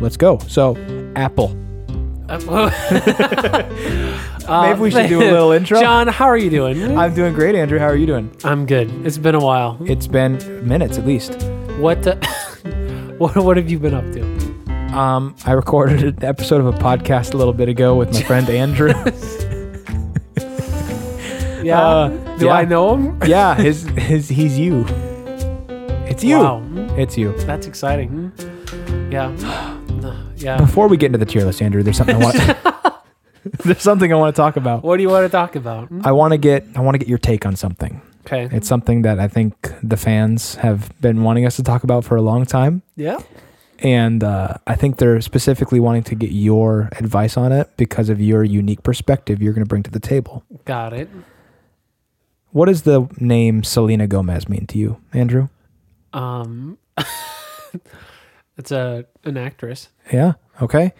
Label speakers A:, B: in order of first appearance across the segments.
A: Let's go. So, Apple.
B: Um,
A: Maybe we should do a little intro.
B: Uh, John, how are you doing?
A: I'm doing great, Andrew. How are you doing?
B: I'm good. It's been a while.
A: It's been minutes at least.
B: What the, what what have you been up to?
A: Um, I recorded an episode of a podcast a little bit ago with my friend Andrew.
B: Yeah.
A: Uh,
B: do
A: yeah.
B: I know him?
A: yeah, his his he's you. It's you.
B: Wow.
A: It's you.
B: That's exciting. Yeah. Yeah.
A: Before we get into the tier list, Andrew, there's something I want. there's something I want to talk about.
B: What do you want to talk about?
A: I want to get I want to get your take on something.
B: Okay.
A: It's something that I think the fans have been wanting us to talk about for a long time.
B: yeah.
A: and uh, I think they're specifically wanting to get your advice on it because of your unique perspective you're going to bring to the table.
B: Got it.
A: What does the name Selena Gomez mean to you, Andrew?
B: Um It's a an actress.
A: Yeah. Okay.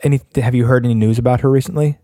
A: Any have you heard any news about her recently?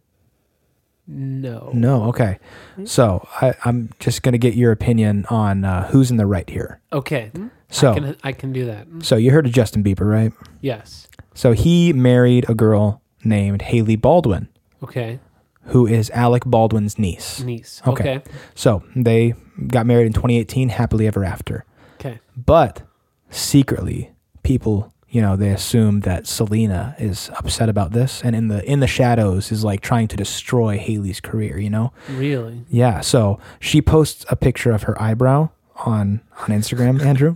B: No.
A: No. Okay.
B: Mm-hmm.
A: So I, I'm just going to get your opinion on uh, who's in the right here.
B: Okay. I
A: So
B: can I can do that.
A: so you heard of Justin Bieber, right?
B: Yes.
A: So he married a girl named Haley Baldwin,
B: Okay.
A: who is Alec Baldwin's niece.
B: Niece.
A: Okay.
B: Okay.
A: So they got married in 2018, happily ever after.
B: Okay.
A: But secretly, people, you know, they assume that Selena is upset about this, and in the in the shadows is like trying to destroy Haley's career. You know,
B: Really?
A: yeah. So she posts a picture of her eyebrow on on Instagram. Andrew,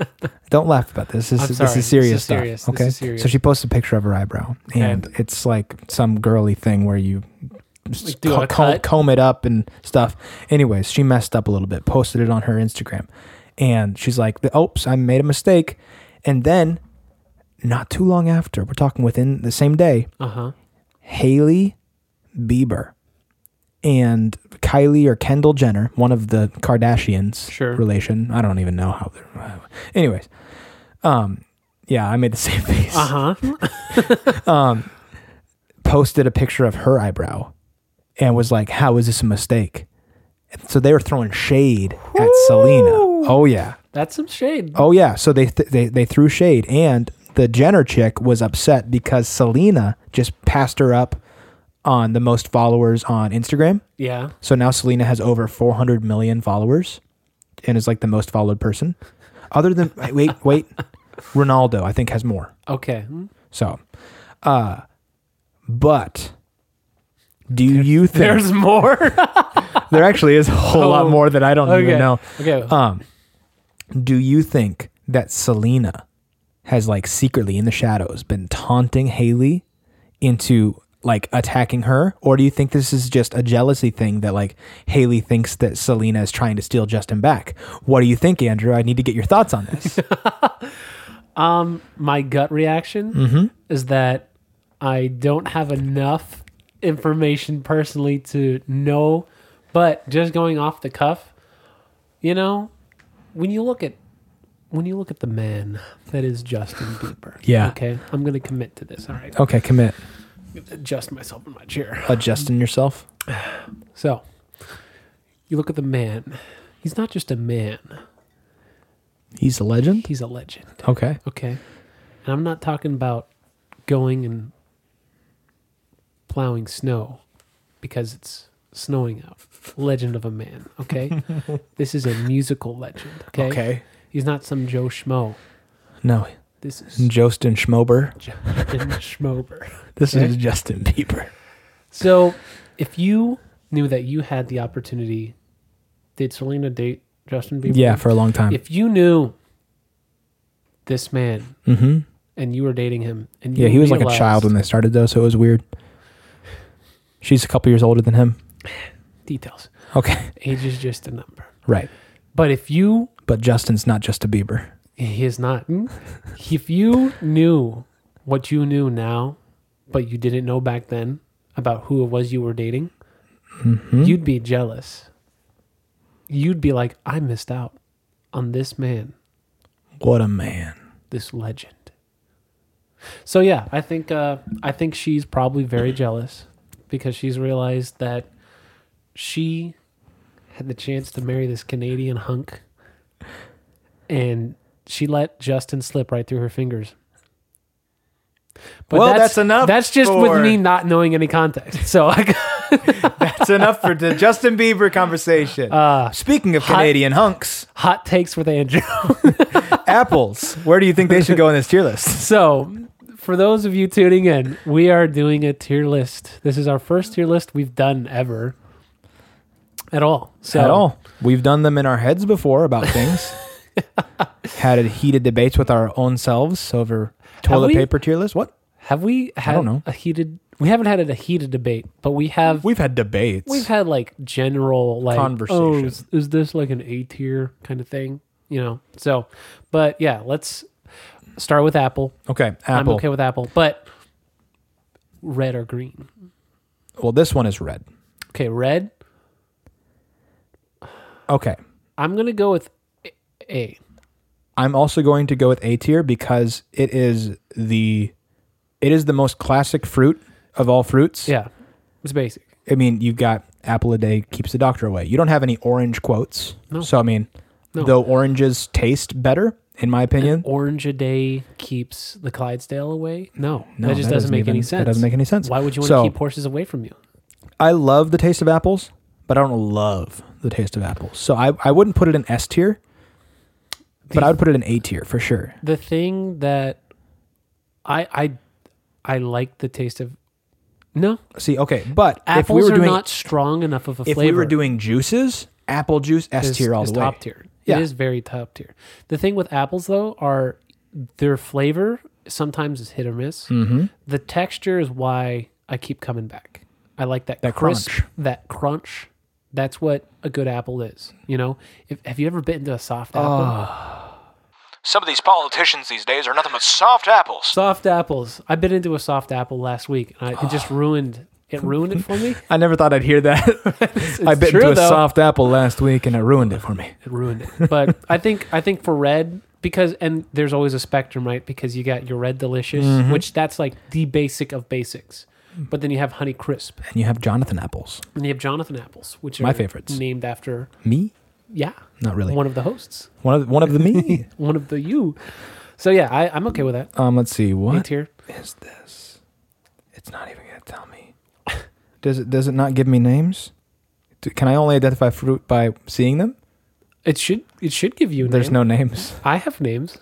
A: don't laugh about this. This,
B: I'm
A: is
B: sorry.
A: this is
B: This is
A: serious stuff.
B: serious. This
A: Okay.
B: is serious.
A: So she posts a picture of her eyebrow, and it's like some girly thing where you
B: Like, do
A: co-
B: a
A: comb,
B: cut?
A: comb it up and stuff. Anyways, she messed up a little bit, posted it on her Instagram, and she's like, "The "Oops, I made a mistake." And then, not too long after, we're talking within the same day,
B: Uh-huh.
A: Haley Bieber and Kylie or Kendall Jenner, one of the Kardashians
B: Sure.
A: relation. I don't even know how they're. uh, Anyways, um, yeah, I made the same face.
B: Uh-huh.
A: Um, posted a picture of her eyebrow and was like, "How is this a mistake?" So they were throwing shade at Selena. Oh yeah.
B: That's some shade.
A: Oh yeah, so they th- they they threw shade, and the Jenner chick was upset because Selena just passed her up on the most followers on Instagram.
B: Yeah.
A: So now Selena has over 400 million followers, and is like the most followed person. Other than wait wait, Ronaldo I think has more.
B: Okay.
A: So, uh, but do you think
B: There's more.
A: there actually is a whole lot
B: Oh,
A: more that I don't
B: okay.
A: even know?
B: okay.
A: Um, do you think that Selena has like secretly in the shadows been taunting Haley into like attacking her, or do you think this is just a jealousy thing that like Haley thinks that Selena is trying to steal Justin back? What do you think, Andrew? I need to get your thoughts on this.
B: Um, my gut reaction
A: Mm-hmm.
B: is that I don't have enough information personally to know, but just going off the cuff, you know, when you look at when you look at the man that is Justin Bieber.
A: Yeah.
B: Okay. I'm gonna commit to this. All right.
A: okay, commit.
B: Adjust myself in my chair.
A: Adjusting yourself.
B: So you look at the man. He's not just a man.
A: He's a legend.
B: He's a legend.
A: Okay.
B: Okay. And I'm not talking about going and plowing snow because it's snowing out. Legend of a man, okay? this is a musical legend, okay?
A: Okay.
B: He's not some Joe Schmo.
A: No,
B: This is
A: Justin Schmober.
B: Justin Schmober.
A: This
B: Okay.
A: is Justin Bieber.
B: So, if you knew that you had the opportunity, did Selena date Justin Bieber?
A: Yeah, for a long time.
B: If you knew this man
A: mm-hmm.
B: and you were dating him, and you
A: Yeah, he was like a
B: realized-
A: child when they started though, so it was weird. She's a couple years older than him.
B: details.
A: Okay,
B: Age is just a number.
A: right.
B: But if you,
A: But Justin's not just a Bieber.
B: he is not. hmm? if you knew what you knew now, but you didn't know back then about who it was you were dating, you'd be jealous. You'd be like, I missed out on this man,
A: What a man.
B: this legend. So yeah, I think uh, I think she's probably very jealous because she's realized that she had the chance to marry this Canadian hunk, and she let Justin slip right through her fingers. But
A: Well, that's enough
B: That's just
A: for-
B: with me not knowing any context. So I,
A: That's enough for the Justin Bieber conversation. Speaking of
B: Uh, hot-
A: Canadian hunks,
B: hot takes with Andrew.
A: apples. Where do you think they should go in this tier list?
B: so for those of you tuning in, we are doing a tier list. This is our first tier list we've done ever at all. So
A: At all. We've done them in our heads before about things. Had heated debates with our own selves over toilet
B: we?
A: paper tier list. What?
B: Have we had
A: don't know.
B: a heated? We haven't had a heated debate, but we have.
A: We've had debates.
B: We've had like general like Oh,
A: Conversation.
B: is, is this like an A tier kind of thing? You know. So, but yeah, let's start with Apple.
A: okay,
B: I'm
A: apple.
B: okay with Apple, but red or green?
A: Well, this one is red.
B: Okay, red.
A: Okay.
B: I'm gonna go with A- A.
A: I'm also going to go with A tier because it is the it is the most classic fruit of all fruits.
B: Yeah, it's basic.
A: I mean, you've got apple a day keeps the doctor away. You don't have any orange quotes. So I mean,
B: No.
A: though oranges taste better in my opinion,
B: Orange a day keeps the Clydesdale away. No,
A: no,
B: that just doesn't, make
A: even-
B: any sense.
A: That doesn't make any sense.
B: Why would you want
A: So,
B: to keep horses away from you?
A: I love the taste of apples, but I don't love the taste of apples. So I, I wouldn't put it in S tier, but I would put it in A tier for sure.
B: the thing that I I I like the taste of no
A: See, okay, but
B: apples
A: if we were
B: are
A: doing
B: not strong enough of a
A: if
B: flavor.
A: we were doing juices, apple juice S
B: is-
A: tier all
B: is
A: the way.
B: top tier.
A: Yeah.
B: It is very top tier. The thing with apples though are their flavor sometimes is hit or miss. Mm-hmm. The texture is why I keep coming back. I like that,
A: That
B: crisp,
A: crunch.
B: That crunch. That's what a good apple is. You know, if, have you ever bitten into a soft apple?
A: Ah,
C: Some of these politicians these days are nothing but soft apples.
B: Soft apples. I bit into a soft apple last week, and I, it just ruined. It ruined it for me.
A: I never thought I'd hear that. I bit
B: true,
A: into a
B: though.
A: soft apple last week and it ruined it for me.
B: It ruined it. But I think I think for red because and there's always a spectrum, right? Because you got your red delicious, which that's like the basic of basics. But then you have honey crisp,
A: And you have Jonathan apples.
B: and you have Jonathan apples, which are
A: My favorites.
B: named after
A: Me?
B: yeah,
A: Not really.
B: one of the hosts,
A: One of one of the me.
B: one of the you. So yeah, I, I'm okay with that.
A: um, let's see.
B: A
A: What
B: tier.
A: is this? It's not even gonna tell me. Does it? Does it not give me names? Do, can I only identify fruit by seeing them?
B: It should it should give you. a
A: There's
B: name.
A: no names.
B: I have names.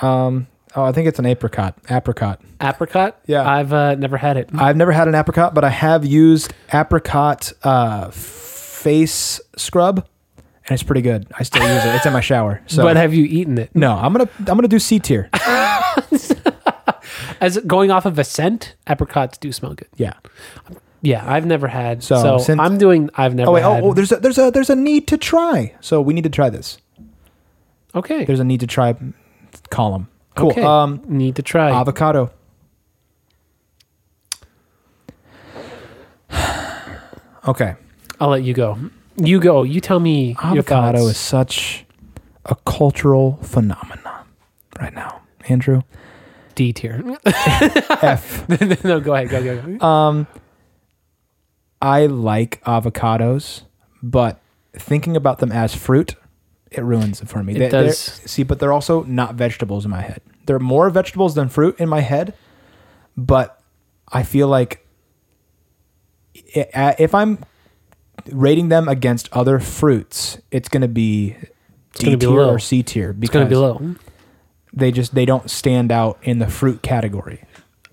A: Um. Oh, I think it's an apricot. Apricot.
B: Apricot.
A: Yeah.
B: I've uh, never had it.
A: I've never had an apricot, but I have used apricot uh, face scrub, and it's pretty good. I still use it. It's in my shower. So.
B: but have you eaten it?
A: no, I'm gonna I'm gonna do C tier.
B: As going off of a scent, apricots do smell good.
A: Yeah.
B: Yeah, I've never had.
A: So,
B: So,
A: since-
B: I'm doing. I've never.
A: Oh wait. Oh,
B: had.
A: oh, there's a there's a there's a need to try. So we need to try this.
B: okay.
A: There's a need to try column. Cool.
B: Okay.
A: Um,
B: Need to try.
A: avocado. okay.
B: I'll let you go. You go. You tell me your
A: Avocado
B: thoughts.
A: is such a cultural phenomenon right now. Andrew,
B: D tier.
A: F.
B: no, go ahead. Go go go.
A: Um, I like avocados, but thinking about them as fruit, it ruins it for me. they're-
B: It does.
A: see, but they're also not vegetables in my head. They're more vegetables than fruit in my head, but I feel like i- i- if I'm rating them against other fruits, it's going to be D
B: gonna be
A: tier
B: low.
A: or C tier
B: it's gonna
A: because
B: be low.
A: they just they don't stand out in the fruit category.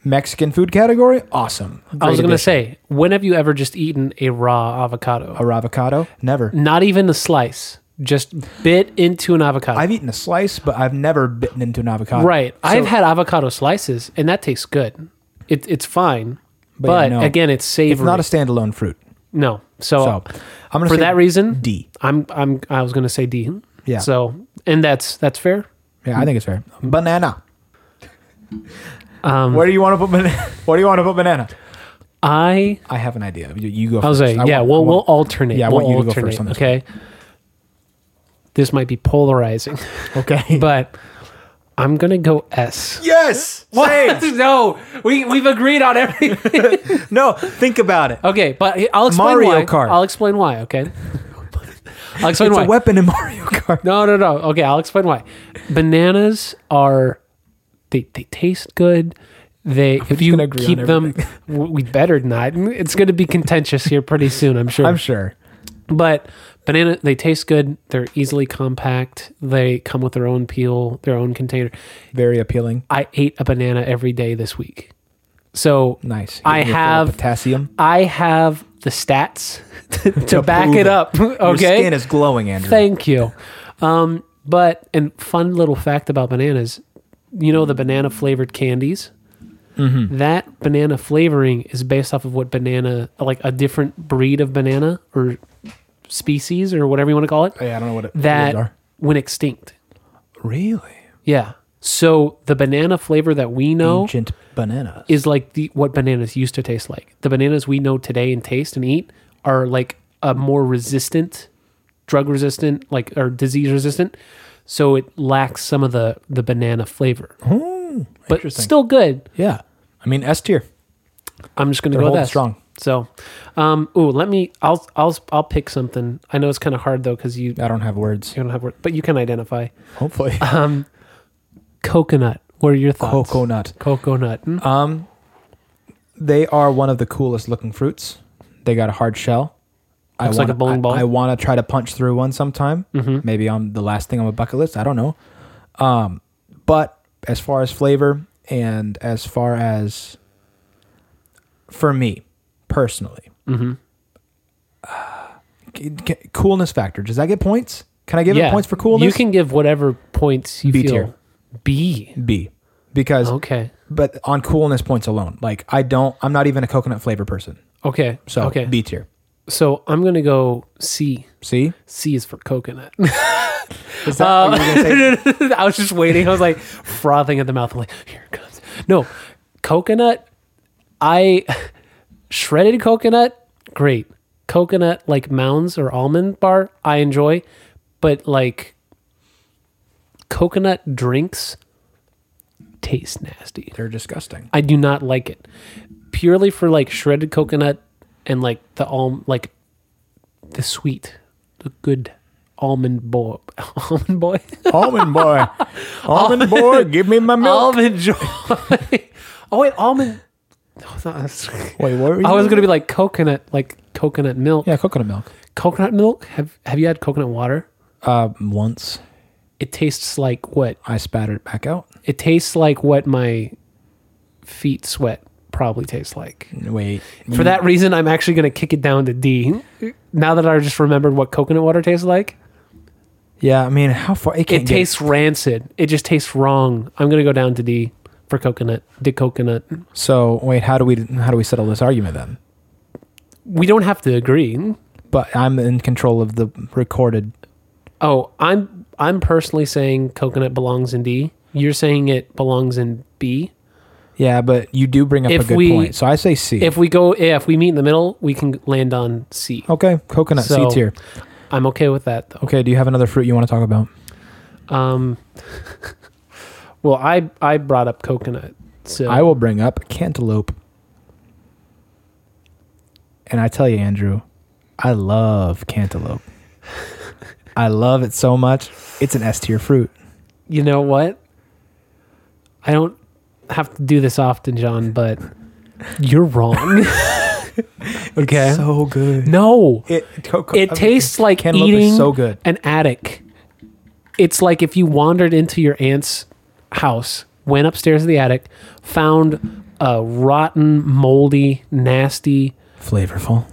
A: Mexican food category, awesome.
B: I
A: Great
B: was gonna
A: addition.
B: say, when have you ever just eaten a raw avocado?
A: a avocado, never.
B: Not even a slice. Just bit into an avocado.
A: I've eaten a slice, but I've never bitten into an avocado.
B: right. I've
A: So-
B: had avocado slices, and that tastes good. It, it's fine. But,
A: But yeah, no.
B: again, it's savory.
A: It's not a standalone fruit.
B: no. So,
A: So I'm gonna
B: Oh. for
A: say
B: that reason,
A: D.
B: I'm I'm I was gonna say D.
A: Yeah.
B: So and that's that's fair.
A: Yeah, I think it's fair. Banana.
B: Um,
A: Where do you want to put banana? Where do you want to put banana?
B: I
A: I have an idea. You, you go.
B: I was
A: first.
B: like,
A: I
B: yeah,
A: want-
B: we'll
A: I
B: we'll
A: want-
B: alternate.
A: Yeah, I
B: we'll
A: want you to go
B: alternate,
A: first on this one.
B: Okay. This might be polarizing,
A: Okay.
B: but I'm gonna go S.
A: yes. Same.
B: no, we we've agreed on everything.
A: no. Think about it.
B: okay, but I'll explain
A: Mario
B: why.
A: Kart.
B: I'll explain why. Okay. I'll explain
A: It's
B: why.
A: a weapon in Mario Kart.
B: No, no, no. Okay, I'll explain why. Bananas are they they taste good. They, if
A: just
B: you
A: gonna agree on
B: keep them, w- we better not. It's going to be contentious here pretty soon, I'm sure.
A: I'm sure.
B: But banana, they taste good. They're easily compact. They come with their own peel, their own container.
A: Very appealing.
B: I ate a banana every day this week. So
A: Nice. Get
B: I
A: your fill of
B: have-
A: potassium.
B: I have the stats to, to back
A: prove
B: it
A: it.
B: up.
A: Your
B: Okay.
A: skin is glowing, Andrew.
B: Thank you. Um, but and fun little fact about bananas, you know the banana flavored candies. That banana flavoring is based off of what banana, like a different breed of banana or species or whatever you want to call it,
A: yeah, I don't know what it, those
B: that
A: are.
B: went extinct.
A: Really?
B: Yeah. So the banana flavor that we know
A: Ancient bananas.
B: is like the what bananas used to taste like. The bananas we know today and taste and eat are like a more resistant, drug resistant, like or disease resistant. So it lacks some of the the banana flavor, but
A: Hmm, interesting.
B: still good.
A: yeah. I mean, S tier.
B: I'm just gonna
A: They're
B: go with
A: holding
B: that
A: strong.
B: So, um, ooh, let me. I'll I'll I'll pick something. I know it's kind of hard though because you you
A: I don't have words.
B: don't have word, but you can identify Um,
A: Hopefully.
B: coconut. What are your thoughts?
A: Coconut.
B: Coconut. Mm.
A: Um, they are one of the coolest looking fruits. They got a hard shell.
B: Looks
A: I
B: like
A: wanna,
B: a bowling
A: I-
B: ball.
A: I, want to try to punch through one sometime. Maybe on the last thing on my bucket list. I don't know. Um, but as far as flavor and as far as for me personally, uh, c- c- coolness factor. Does that get points? Can I give it points for coolness?
B: You can give whatever points you
A: B
B: feel.
A: tier.
B: B.
A: B because
B: Okay.
A: but on coolness points alone, like I don't, I'm not even a coconut flavor person.
B: Okay.
A: So
B: okay.
A: B tier.
B: so I'm gonna go C.
A: See?
B: C is for coconut.
A: Is that what you were
B: Um,
A: gonna say?
B: I was just waiting. I was like frothing at the mouth. I'm like, here it comes. No, coconut. I shredded coconut. Great coconut, like mounds or almond bar. I enjoy, but like coconut drinks taste nasty.
A: They're disgusting.
B: I do not like it. Purely for like shredded coconut and like the alm like the sweet, the good almond boy almond boy.
A: Almond boy. Almond boy, give me my milk.
B: almond joy. oh wait, almond No, it's not-
A: Wait, what were you
B: I was
A: doing?
B: gonna be like coconut like coconut milk.
A: Yeah, coconut milk.
B: Coconut milk? Have have you had coconut water?
A: Uh, once
B: It tastes like what?
A: I spattered it back out.
B: It tastes like what my feet sweat probably tastes like.
A: Wait.
B: For that reason, I'm actually going to kick it down to D. Now that I just remembered what coconut water tastes like,
A: Yeah, I mean, how far? It, can't
B: it
A: get-
B: tastes rancid. It just tastes wrong. I'm going to go down to D for coconut. Did coconut?
A: So wait, how do we how do we settle this argument then?
B: We don't have to agree.
A: But I'm in control of the recorded.
B: Oh, I'm I'm personally saying coconut belongs in D. You're saying it belongs in B.
A: Yeah, but you do bring up
B: If
A: a good
B: we-
A: point. So I say C.
B: If we go, yeah, if we meet in the middle, we can land on C.
A: okay, coconut
B: So-
A: C tier.
B: am okay with that though.
A: Okay, do you have another fruit you want to talk about?
B: Um, well, I I brought up coconut, so
A: I will bring up cantaloupe. And I tell you, Andrew, I love cantaloupe. I love it so much. It's an S tier fruit.
B: you know what? I don't have to do this often, John, but you're wrong. okay.
A: So good.
B: no.
A: It, coco-
B: It tastes like
A: cantaloupe
B: eating
A: is so good.
B: an attic. It's like if you wandered into your aunt's house, went upstairs to the attic, found a rotten, moldy, nasty
A: Flavorful.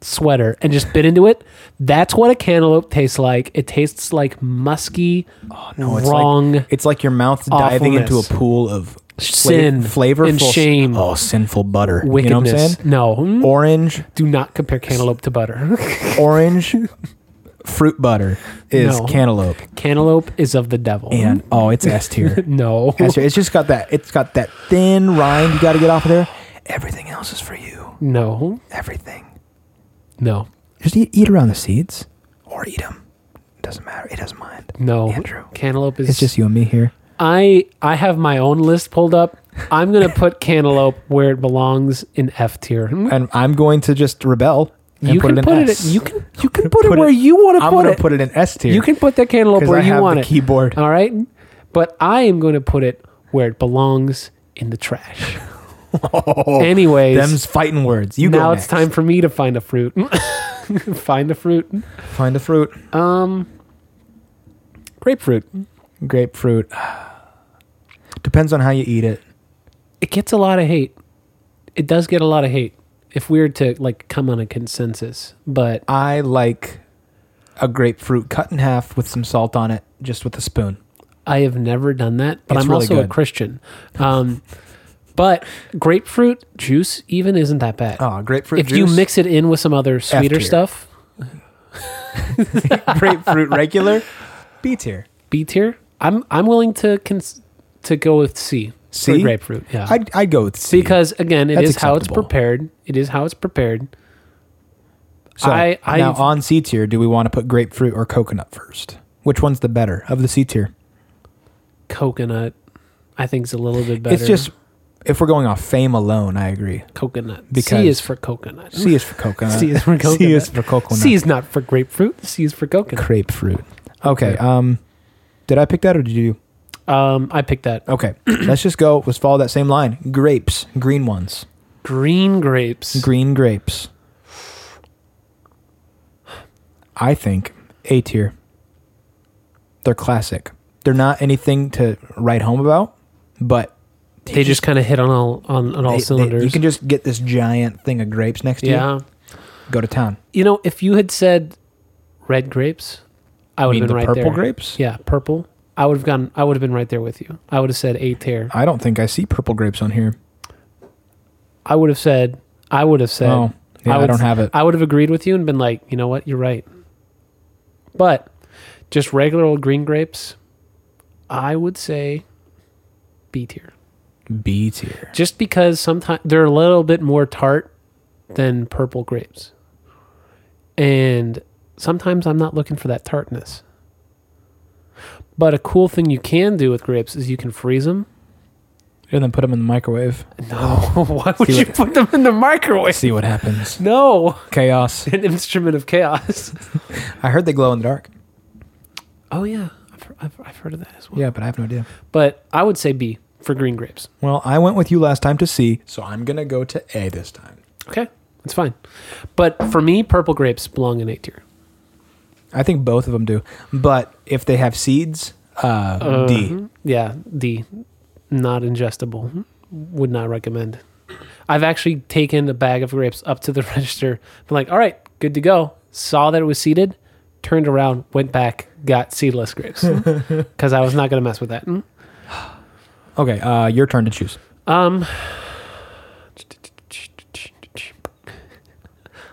B: sweater and just bit into it. That's what a cantaloupe tastes like. It tastes like musky,
A: Oh, No, it's
B: wrong.
A: Like, it's like your mouth diving into a
B: Awfulness.
A: pool of
B: Sin
A: flavor, flavorful
B: and shame.
A: Oh, sinful butter. You know what I'm
B: wickedness.
A: saying?
B: No.
A: Orange,
B: Do not compare cantaloupe to butter.
A: orange fruit butter is
B: No. Mm-hmm.
A: cantaloupe,
B: cantaloupe is of the devil.
A: and oh, it's S tier.
B: no.
A: Esther, It's just got that. It's got that thin rind. You got to get off of there. Everything else is for you.
B: No.
A: Everything.
B: No.
A: Just eat, eat around the seeds, or eat them. Doesn't matter. It doesn't mind.
B: No.
A: Andrew.
B: Cantaloupe is
A: It's just you and me here.
B: I I have my own list pulled up. I'm going to put cantaloupe where it belongs in F tier.
A: And I'm going to just rebel. And
B: You
A: put it
B: can
A: in
B: put it
A: S.
B: you can you can
A: gonna
B: put it
A: put it-
B: where you want to
A: I'm
B: put
A: going
B: it.
A: to put it in S tier.
B: You can put that cantaloupe
A: because
B: where
A: I
B: you
A: have
B: want
A: the
B: it.
A: keyboard.
B: All right? But I am going to put it where it belongs in the trash. Oh, Anyways,
A: Them's fighting words. You
B: now
A: go
B: it's time for me to find a fruit. find a fruit.
A: Find a fruit.
B: Um, grapefruit.
A: Grapefruit. Depends on how you eat it.
B: It gets a lot of hate. It does get a lot of hate. If we were to like come on a consensus, but
A: I like a grapefruit cut in half with some salt on it, just with a spoon.
B: I have never done that. But
A: It's
B: I'm
A: really
B: also a
A: good.
B: Christian. Um, but grapefruit juice even isn't that bad.
A: Oh, grapefruit
B: if you
A: juice.
B: mix it in with some other sweeter
A: tier.
B: stuff,
A: grapefruit regular, B tier.
B: B tier. I'm I'm willing to cons- to go with C.
A: C?
B: for grapefruit. Yeah,
A: I'd, I'd go with C.
B: because again, it
A: That's
B: is how it's
A: acceptable.
B: prepared. It is how it's prepared.
A: so,
B: I- I-
A: now on C tier, do we want to put grapefruit or coconut first? Which one's the better of the C tier?
B: Coconut, I think, is a little bit better.
A: It's just if we're going off fame alone, I agree.
B: coconut.
A: because-
B: C is for coconut.
A: C is for coconut.
B: C is for coconut.
A: C is for coconut.
B: C is not for grapefruit. C is for coconut.
A: grapefruit. Okay. Um, did I pick that or did you?
B: Um, I picked that.
A: Okay. Let's just go. Let's follow that same line. Grapes, green ones,
B: Green grapes.
A: green grapes. I think A tier. They're classic. They're not anything to write home about, but
B: they just kind of hit on all on, on all
A: they- they-
B: cylinders.
A: you can just get this giant thing of grapes next to you.
B: yeah.
A: Go to town.
B: You know, if you had said red grapes, I would
A: mean
B: have
A: the
B: been Oh, right
A: purple
B: there.
A: grapes?
B: Yeah, purple. I would have gone. I would have been right there with you. I would have said eight tier.
A: I don't think I see purple grapes on here.
B: I would have said. I would have said.
A: Oh, yeah, I,
B: would-
A: don't have it.
B: I would have agreed with you and been like, you know what, you're right. But just regular old green grapes, I would say B tier.
A: B tier.
B: Just because sometimes they're a little bit more tart than purple grapes. And sometimes I'm not looking for that tartness. But a cool thing you can do with grapes is you can freeze them.
A: And then put them in the microwave.
B: No, why would
A: See
B: you
A: what-
B: put them in the microwave?
A: See what happens.
B: No,
A: Chaos.
B: an instrument of chaos.
A: I heard they glow in the dark.
B: Oh yeah, I've, I've, I've heard of that as well.
A: Yeah, but I have no idea.
B: But I would say B for green grapes.
A: Well, I went with you last time to C, so I'm gonna go to A this time.
B: Okay, that's fine. But for me, purple grapes belong in A tier.
A: I think both of them do, but if they have seeds, uh, D.
B: Um, Yeah, D, not ingestible. Would not recommend. I've actually taken a bag of grapes up to the register. Been like, all right, good to go. Saw that it was seeded, turned around, went back, got seedless grapes because I was not going to mess with that. Uh-huh.
A: Okay, uh, your turn to choose.
B: Um,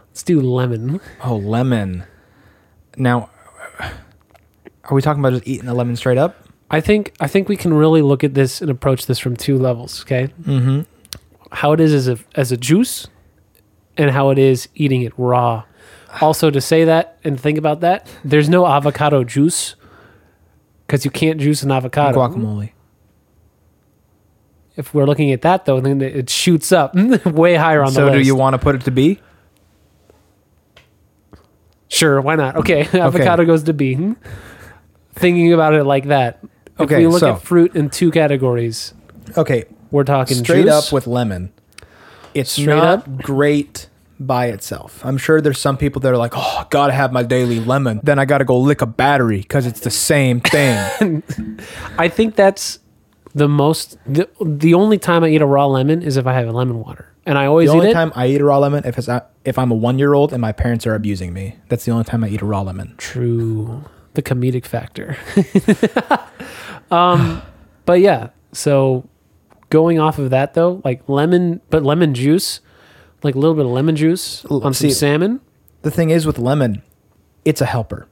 B: let's do lemon.
A: Oh, lemon. Now, are we talking about just eating the lemon straight up?
B: I think I think we can really look at this and approach this from two levels. Okay,
A: Mm-hmm.
B: how it is as a as a juice, and how it is eating it raw. Also, to say that and think about that, there's no avocado juice because you can't juice an avocado.
A: Guacamole.
B: If we're looking at that though, then it shoots up way higher on the
A: So,
B: list.
A: do you want to put it to B?
B: Sure, why not? Okay, avocado goes to B. Hmm? Thinking about it like that.
A: Okay,
B: if we look
A: so-
B: at fruit in two categories.
A: Okay,
B: We're talking
A: straight
B: juice.
A: up with lemon. It's
B: Straight
A: not
B: up?
A: great by itself. I'm sure there's some people that are like, "Oh, gotta have my daily lemon." Then I gotta go lick a battery because it's the same thing.
B: I think that's the most the, the only time I eat a raw lemon is if I have a lemon water, and I always
A: the
B: eat
A: only
B: it.
A: time I eat a raw lemon if it's if I'm a one year old and my parents are abusing me. That's the only time I eat a raw lemon.
B: True, the comedic factor. um, but yeah, so going off of that though, like lemon, but lemon juice, like a little bit of lemon juice
A: L-
B: on
A: see-
B: some salmon.
A: The thing is with lemon, it's a helper.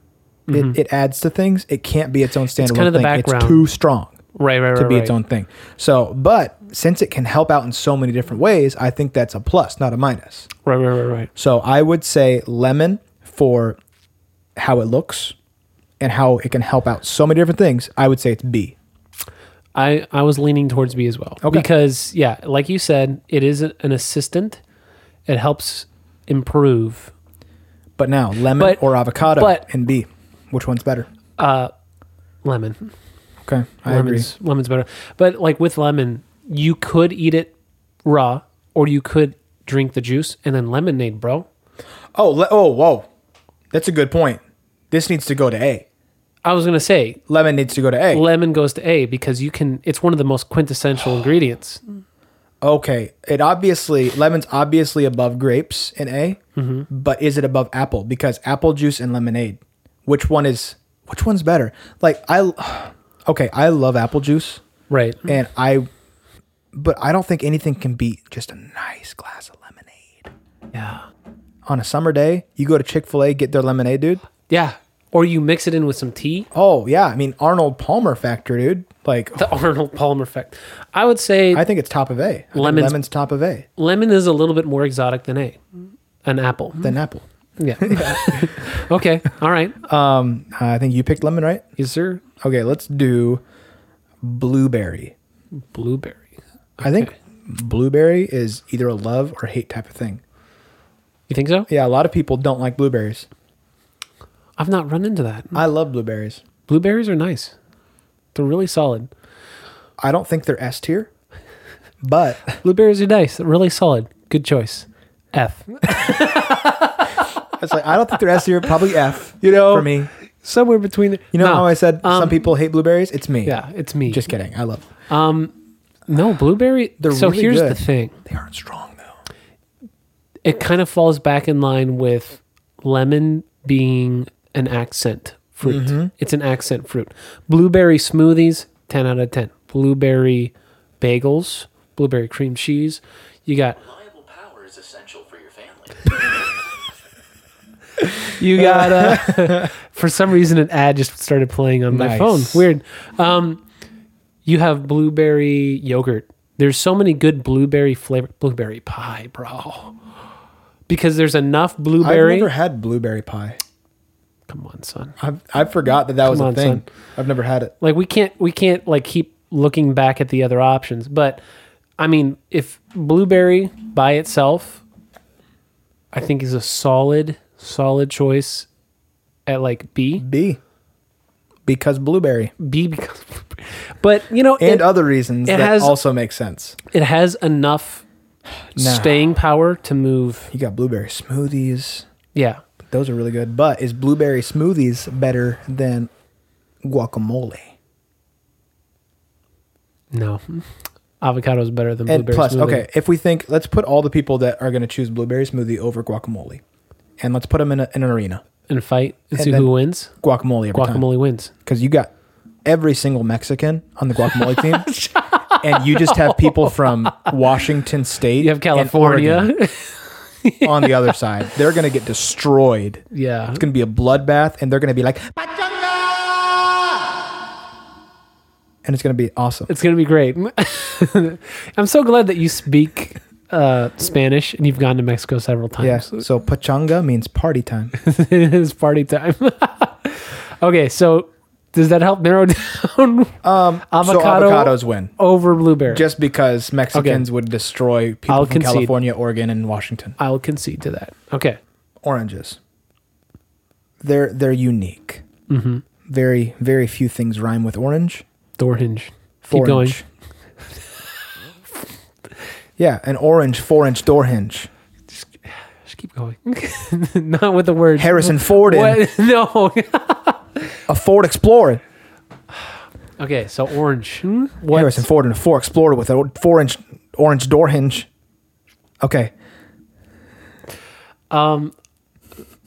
A: It, it adds to things. It can't be its own standalone
B: Mm-hmm. kinda the
A: thing. It's
B: background.
A: too strong.
B: Right, right, right.
A: to be
B: right.
A: its own thing. So, but since it can help out in so many different ways, I think that's a plus, not a minus.
B: Right, right, right, right.
A: So I would say lemon for how it looks and how it can help out so many different things. I would say it's B.
B: I I was leaning towards B as well.
A: Okay.
B: Because yeah, like you said, it is an assistant. It helps improve
A: But now lemon
B: But-
A: or avocado
B: but-
A: and B, which one's better?
B: uh lemon
A: Okay, I
B: lemons lemons better but like with lemon you could eat it raw, or you could drink the juice and then lemonade, bro.
A: Oh, le- oh, whoa. That's a good point. This needs to go to A.
B: I was gonna say
A: Lemon needs to go to A.
B: lemon goes to A because you can. It's one of the most quintessential ingredients.
A: okay. It obviously, lemon's obviously above grapes in A, but is it above apple? Because apple juice and lemonade, which one is, which one's better? Like, I, okay, I love apple juice
B: Right.
A: and I, but I don't think anything can beat just a nice glass of lemonade.
B: Yeah.
A: On a summer day, you go to Chick fil A, get their lemonade, dude.
B: Yeah. Or you mix it in with some tea.
A: Oh, yeah. I mean, Arnold Palmer factor, dude. Like,
B: The Arnold Palmer effect. I would say
A: I think it's top of A. I think
B: Lemon's-
A: lemon's top of A
B: lemon is a little bit more exotic than A, an apple.
A: than apple.
B: Yeah. okay. All right. Uh,
A: Um, I think you picked lemon, right?
B: Is there
A: Okay, let's do blueberry.
B: blueberry?
A: I think blueberry is either a love or hate type of thing.
B: You think so?
A: Yeah, a lot of people don't like blueberries.
B: I've not run into that.
A: I love blueberries.
B: Blueberries are nice. They're really solid.
A: I don't think they're S tier, but
B: Blueberries are nice. They're really solid. Good choice. F.
A: it's like I don't think they're S tier. Probably F.
B: You know,
A: for me,
B: Somewhere between the
A: you know
B: No.
A: how I said
B: Um,
A: some people hate blueberries. It's me.
B: Yeah, it's me.
A: Just kidding. I love.
B: no blueberry.
A: They're
B: so
A: really
B: here's
A: good.
B: the thing.
A: They aren't strong though.
B: It kind of falls back in line with lemon being an accent fruit.
A: Mm-hmm.
B: It's an accent fruit. Blueberry smoothies, 10 out of 10. Blueberry bagels, blueberry cream cheese. You got
D: Reliable power is essential for your family.
B: You got uh for some reason an ad just started playing on
A: Nice.
B: my phone. Weird. Um you have blueberry yogurt. There's so many good blueberry flavor blueberry pie, bro. Because there's enough
A: I've
B: blueberry.
A: never had blueberry pie.
B: Come on, son.
A: I've, I forgot that that was
B: Come
A: a
B: on,
A: thing.
B: son.
A: I've never had it.
B: Like we can't we can't like keep looking back at the other options, but I mean, if blueberry by itself I think is a solid solid choice at like B.
A: B. Because blueberry
B: B because But you know,
A: and
B: it-
A: other reasons
B: it
A: that
B: has-
A: also make sense.
B: it has enough
A: Nah.
B: staying power to move.
A: You got blueberry smoothies.
B: Yeah.
A: Those are really good. But is blueberry smoothies better than guacamole?
B: No. Avocado is better than
A: And
B: blueberry
A: plus,
B: smoothie.
A: okay, if we think, let's put all the people that are going to choose blueberry smoothie over guacamole, and let's put them in, a, in an arena.
B: And fight and,
A: And
B: see
A: then-
B: who wins.
A: Guacamole every
B: Guacamole wins.
A: because you got every single Mexican on the guacamole team, and you just have people from Washington State.
B: You have
A: and
B: California.
A: Oregon on the other side. They're going to get destroyed.
B: yeah.
A: It's going to be a bloodbath, and they're going to be like, and it's going to be awesome.
B: It's going to be great. I'm so glad that you speak uh, Spanish and you've gone to Mexico several
A: Yeah.
B: times.
A: So pachanga means party time.
B: it is party time. okay, so does that help narrow down
A: Um,
B: Avocado-
A: So avocados win
B: over blueberry?
A: just because Mexicans would destroy people
B: I'll
A: from
B: concede.
A: California, Oregon, and Washington.
B: I'll concede to that. Okay.
A: Oranges. They're they're unique. Mm-hmm. Very very few things rhyme with orange.
B: Door hinge. Keep going.
A: Four-inch. yeah, an orange four-inch door hinge.
B: Just keep going. Not with the words.
A: Harrison Ford in
B: What? No.
A: a Ford Explorer.
B: okay, so orange. Hmm? What?
A: Harrison Ford in a Ford Explorer with a four-inch orange door hinge. Okay,
B: Um,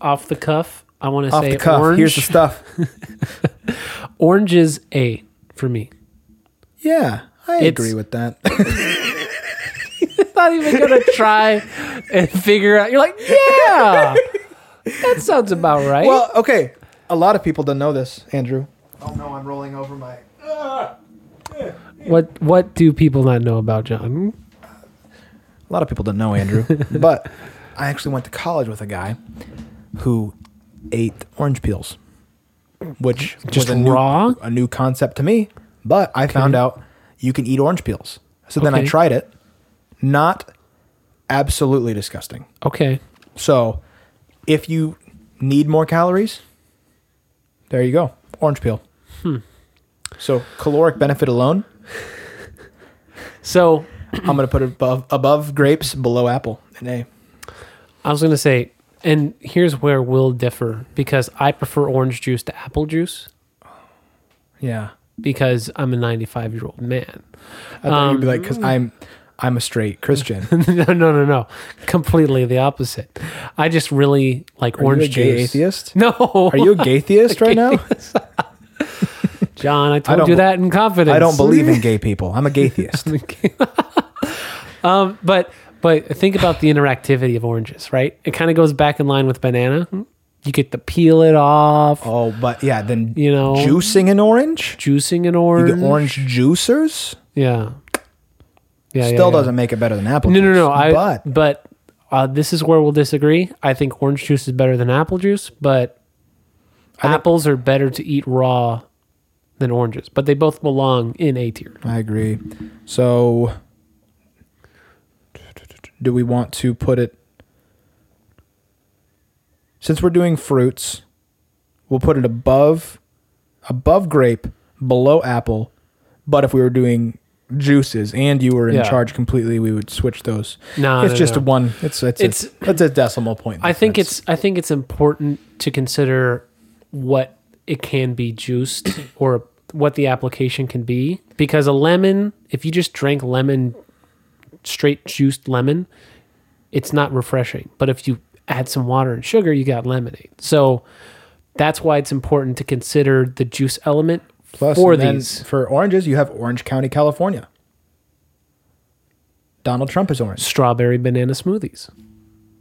B: off the cuff, I want to
A: off
B: say
A: the cuff.
B: orange.
A: Here's the stuff.
B: orange is A for me.
A: Yeah, I
B: It's-
A: agree with that.
B: Not even gonna try and figure out. You're like, yeah, that sounds about right.
A: well, okay. A lot of people don't know this, Andrew. Oh no, I'm rolling over my.
B: what what do people not know about John?
A: A lot of people don't know Andrew, but I actually went to college with a guy who ate orange peels, which was
B: Just
A: a new-
B: raw?
A: a new concept to me. But I found out you can eat orange peels. So then I
B: Okay.
A: tried it. Not absolutely disgusting.
B: Okay,
A: So if you need more calories, there you go.
B: Hmm.
A: Orange peel. So caloric benefit alone,
B: So
A: I'm gonna put it above above grapes, below apple. An A.
B: I was gonna say, and here's where we'll differ because I prefer orange juice to apple juice
A: Yeah.
B: because I'm a 95 year old man.
A: I thought you'd be like,
B: Um,
A: because I'm I'm a straight Christian.
B: no, no, no, no, completely the opposite. I just really like
A: Are you
B: orange
A: a gay
B: juice.
A: atheist?
B: No,
A: Are you a gay theist right now?
B: John? I told
A: don't
B: you
A: be-
B: that in confidence.
A: I don't believe in gay people. I'm a gay theist.
B: um, but but think about the interactivity of oranges, right? It kind of goes back in line with banana. You get to peel it off,
A: Oh, but yeah, then
B: You know-
A: juicing an orange,
B: juicing an
A: you
B: orange.
A: get orange juicers.
B: Yeah. Yeah.
A: Still
B: yeah, yeah.
A: doesn't make it better than apple.
B: No, no,
A: juice,
B: no. I,
A: but
B: but but uh, this is where we'll disagree. I think orange juice is better than apple juice, but apples are better to eat raw than oranges. But they both belong in A tier.
A: I agree. So, do we want to put it? Since we're doing fruits, we'll put it above, above grape, below apple. But if we were doing juices and you were in
B: Yeah.
A: charge completely, we would switch those.
B: No,
A: it's
B: no,
A: just
B: no.
A: one. It's it's it's,
B: It's-
A: it's a decimal point.
B: I think
A: difference.
B: it's I think it's important to consider what it can be juiced or what the application can be because a lemon, if you just drank lemon straight juiced lemon, it's not refreshing. But if you add some water and sugar, you got lemonade. So that's why it's important to consider the juice element
A: Plus,
B: for
A: and then
B: these.
A: for oranges. You have Orange County, California. Donald Trump is orange.
B: strawberry banana smoothies.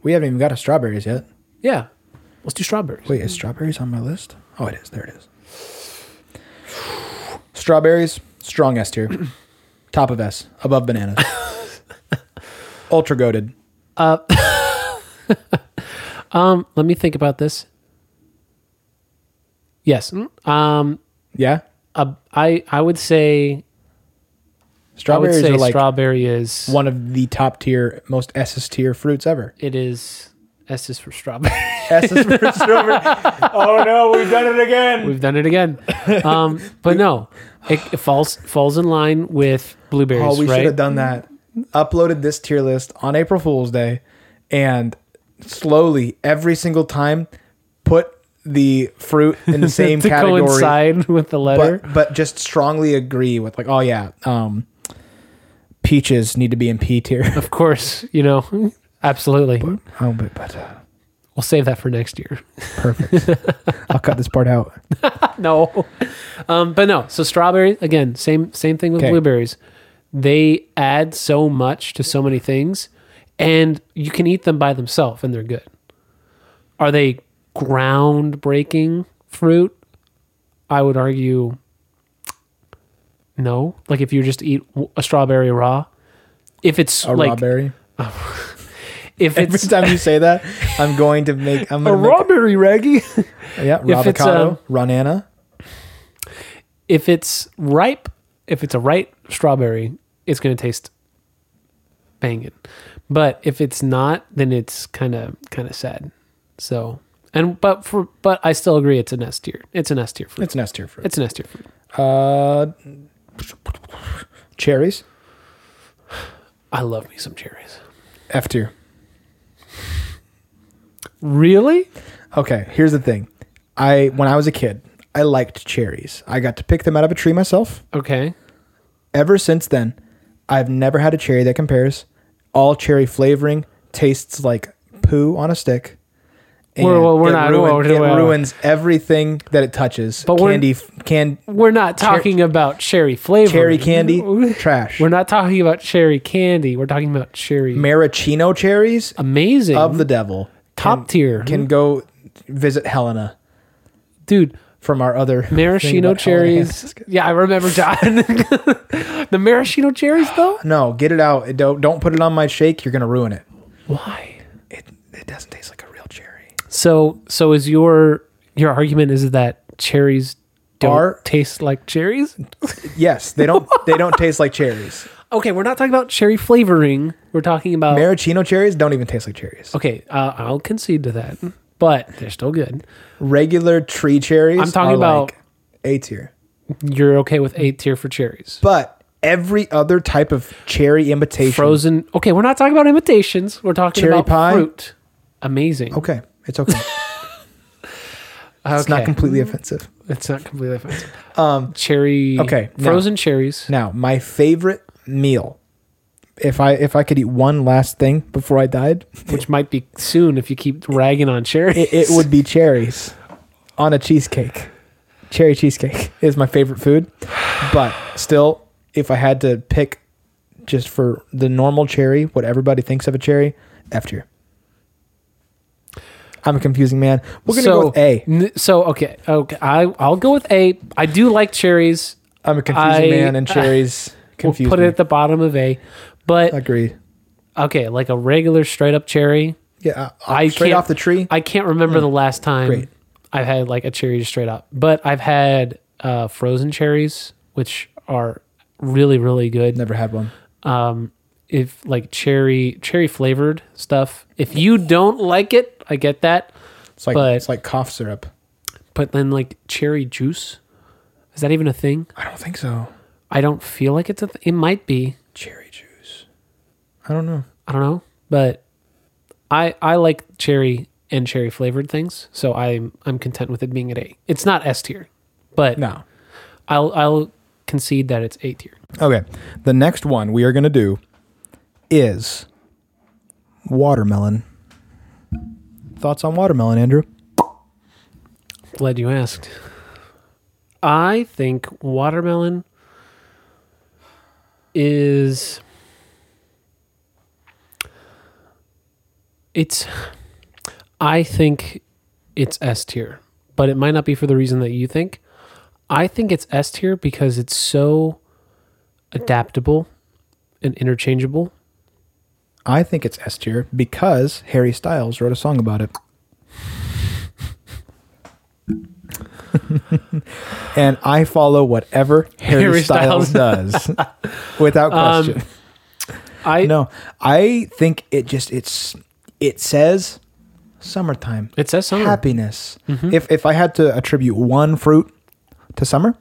A: We haven't even got to strawberries yet.
B: Yeah. Let's do strawberries.
A: Wait, is strawberries on my list? Oh, it is. There it is. Strawberries, strong S tier. Top of S, above bananas. Ultra goaded.
B: Um, let me think about this. Yes. Um,
A: Yeah?
B: uh, I I would say I would
A: Strawberries
B: say
A: are like
B: strawberry is
A: one of the top tier, most S tier fruits ever.
B: it is S is for strawberry.
A: S is for strawberry. Oh no, we've done it again.
B: We've done it again. Um, but no, it, it falls falls in line with blueberries,
A: Oh, we should
B: right?
A: have done that. Uploaded this tier list on April Fool's Day and slowly every single time put the fruit in the same
B: to
A: category.
B: coincide with the letter.
A: but but just strongly agree with like oh yeah um peaches need to be in p tier
B: of course, you know, absolutely.
A: oh but but uh,
B: We'll save that for next year.
A: perfect i'll cut this part out
B: no. Um, but no, so strawberries again, same same thing with
A: 'Kay.
B: blueberries. They add so much to so many things, and you can eat them by themselves, and they're good. Are they groundbreaking fruit? I would argue no. Like if you just eat w- a strawberry raw, if it's
A: a raw
B: like
A: berry
B: if
A: every
B: it's
A: time you say that i'm going to make i'm
B: a
A: gonna make,
B: strawberry reggie,
A: yeah
B: if it's,
A: avocado
B: um,
A: runana
B: if it's ripe, if it's a ripe strawberry, it's going to taste banging. But if it's not, then it's kind of kind of sad. So, and but for but I still agree it's an S tier. It's an S tier fruit.
A: it's an s tier fruit
B: It's an S tier fruit.
A: uh cherries
B: I love me some cherries.
A: f tier
B: Really?
A: Okay, here's the thing. I when I was a kid, I liked cherries. I got to pick them out of a tree myself.
B: Okay.
A: Ever since then, I've never had a cherry that compares. All cherry flavoring tastes like poo on a stick. And
B: Whoa, whoa, we're
A: it
B: not-
A: ruin-
B: whoa, whoa,
A: it
B: whoa.
A: ruins everything that it touches.
B: But we're-
A: candy, f- can
B: We're not talking about cherry flavor.
A: cherry candy, trash.
B: We're not talking about cherry candy. We're talking about cherry.
A: Maraschino cherries
B: Amazing.
A: of the devil.
B: top
A: Can-
B: tier.
A: Can go visit Helena
B: Dude,
A: from our other thing
B: maraschino
A: about Helena.
B: cherries. Yeah, I remember John. the maraschino cherries, though.
A: No, get it out. Don't don't put it on my shake. You're gonna ruin it.
B: Why?
A: It it doesn't taste like a real cherry.
B: So, so is your your argument is that cherries don't
A: Are-
B: taste like cherries?
A: Yes, they don't they don't taste like cherries.
B: Okay, we're not talking about cherry flavoring. We're talking about
A: Maraschino cherries don't even taste like cherries.
B: okay. Uh, I'll concede to that, but they're still good.
A: Regular tree cherries.
B: I'm talking
A: are
B: about-
A: like A tier,
B: You're okay with A tier for cherries.
A: but every other type of cherry imitation.
B: Frozen. Okay, we're not talking about imitations. We're talking
A: Cherry
B: about
A: pie?
B: fruit. Amazing.
A: Okay, it's okay. It's
B: Okay.
A: not completely offensive.
B: It's not completely offensive. Um, cherry.
A: okay, now-
B: Frozen cherries.
A: Now, my favorite meal. If I if I could eat one last thing before I died,
B: which might be soon if you keep ragging on cherries.
A: it, it would be cherries on a cheesecake. Cherry cheesecake is my favorite food, but still, if I had to pick just for the normal cherry, what everybody thinks of a cherry, F tier. I'm a confusing man. We're gonna go with A.
B: N- so okay, okay, I I'll go with A. I do like cherries.
A: I'm a confusing
B: I-
A: man, and cherries confuse
B: we'll put
A: me.
B: it at the bottom of A, but
A: Agreed.
B: okay, like a regular straight up cherry.
A: Yeah, I,
B: I
A: straight
B: can't-
A: off the tree.
B: I can't remember the last time
A: Mm. Great.
B: I've had like a cherry just straight up, but I've had uh, frozen cherries, which are really really good.
A: never had one.
B: um if like cherry cherry flavored stuff if you don't like it i get that
A: It's like
B: But-
A: it's like cough syrup.
B: but then like cherry juice is that even a thing
A: I don't think so.
B: i don't feel like it's a th- it might be
A: Cherry juice. I don't know.
B: i don't know but i i like cherry and cherry flavored things so i'm i'm content with it being at a it's not s tier but
A: No.
B: i'll i'll concede that it's a tier
A: Okay. The next one we are going to do is watermelon. Thoughts on watermelon, Andrew?
B: Glad you asked. I think watermelon is it's I think it's S tier, but it might not be for the reason that you think. I think it's S tier because it's so adaptable and interchangeable.
A: I think it's S tier because Harry Styles wrote a song about it. and I follow whatever Harry,
B: Harry Um,
A: Styles, does without question.
B: I
A: no, I think it just it's it says summertime.
B: it says summer.
A: happiness.
B: Mm-hmm.
A: If if I had to attribute one fruit to summer,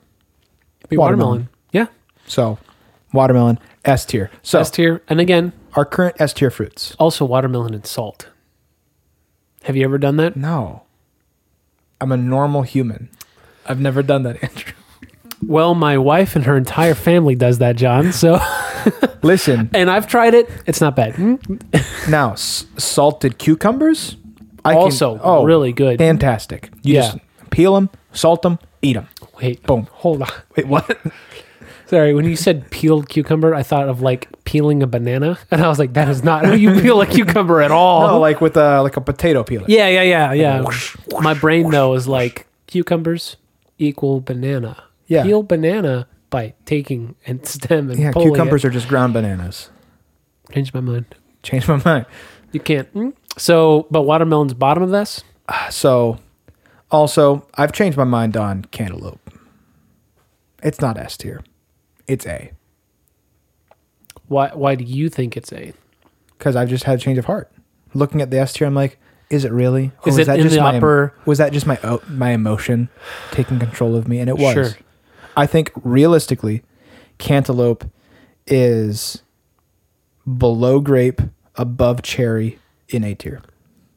B: Be
A: watermelon.
B: watermelon. Yeah.
A: so watermelon S tier. So
B: S tier. And again,
A: our current S tier fruits.
B: Also, watermelon and salt. Have you ever done that?
A: No, I'm a normal human. I've never done that, Andrew.
B: Well, my wife and her entire family does that, John. So,
A: Listen
B: and I've tried it. It's not bad. Hmm?
A: now, s- salted cucumbers. I can- Oh,
B: Also, really good.
A: Fantastic. You
B: Yeah.
A: just peel them, salt them, eat them.
B: Wait,
A: Boom.
B: Hold on.
A: Wait, what?
B: Sorry. When you said peeled cucumber, I thought of like peeling a banana, and I was like, that is not how you peel a cucumber at all.
A: no, Oh, like with a like a potato peeler.
B: Oh. yeah, yeah, yeah, yeah. my brain though is like cucumbers equal banana.
A: Yeah.
B: Peel banana by taking and stem and
A: Yeah,
B: pulling
A: cucumbers
B: It.
A: are just ground bananas.
B: Changed my mind.
A: Change my mind.
B: You can't. Mm. So, but watermelon's bottom of this.
A: So, also, I've changed my mind on cantaloupe. It's not S tier, it's A,
B: Why? Why do you think it's a?
A: because I've just had a change of heart. Looking at the S tier, I'm like, is it really? Or
B: Is
A: was
B: it in the
A: my,
B: upper-
A: Was that just my o- my emotion taking control of me? And it was.
B: Sure.
A: I think realistically, cantaloupe is below grape, above cherry in A tier.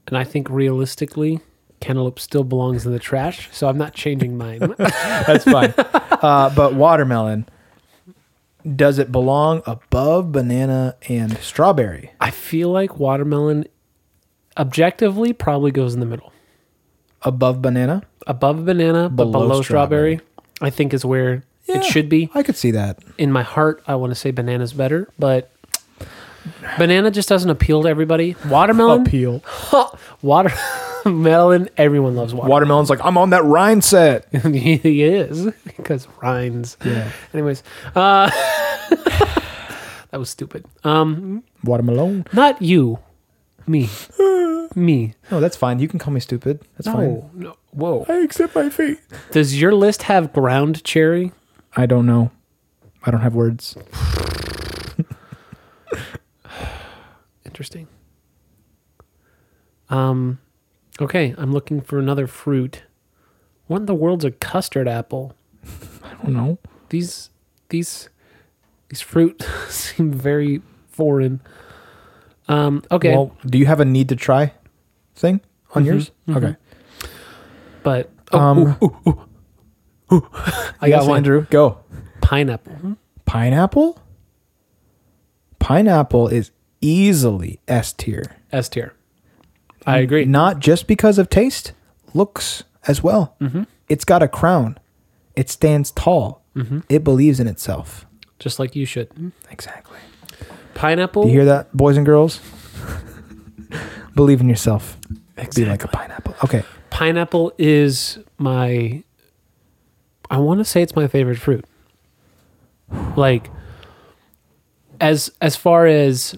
B: And I think realistically, cantaloupe still belongs in the trash. So I'm not changing mine.
A: That's fine. uh, but watermelon, does it belong above banana and strawberry?
B: I feel like watermelon, objectively, probably goes in the middle.
A: Above banana?
B: Above banana, but
A: Below
B: below, strawberry, I think is where
A: Yeah.
B: it should be.
A: I could see that.
B: In my heart, I want to say banana's better, but banana just doesn't appeal to everybody. Watermelon,
A: Appeal.
B: watermelon, everyone loves watermelon.
A: Watermelon's like, I'm on that rind set.
B: he is because Rhines.
A: Yeah.
B: Anyways, uh, that was stupid. Um,
A: Watermelon.
B: not you, me, me.
A: No, that's fine. You can call me stupid. That's fine.
B: No, no, whoa.
A: I accept my fate.
B: Does your list have ground cherry?
A: I don't know. I don't have words.
B: Interesting. Um, okay, I'm looking for another fruit. What in the world's a custard apple?
A: I don't know.
B: These, these, These fruit seem very foreign. Um, okay,
A: Well, do you have a need to try thing on yours? Okay.
B: but oh,
A: um,
B: I got
A: yes,
B: one
A: Andrew, go. Mm-hmm.
B: pineapple.
A: Pineapple? Pineapple is easily S tier.
B: S tier.
A: Mm-hmm.
B: I agree.
A: Not just because of taste, looks as well. It's got a crown. It stands tall. It believes in itself.
B: Just like you should.
A: Exactly.
B: Pineapple.
A: Mm-hmm. You hear that, boys and girls? Believe in yourself. Be like a pineapple. Okay.
B: Pineapple is my. I want to say it's my favorite fruit. Like, as as far as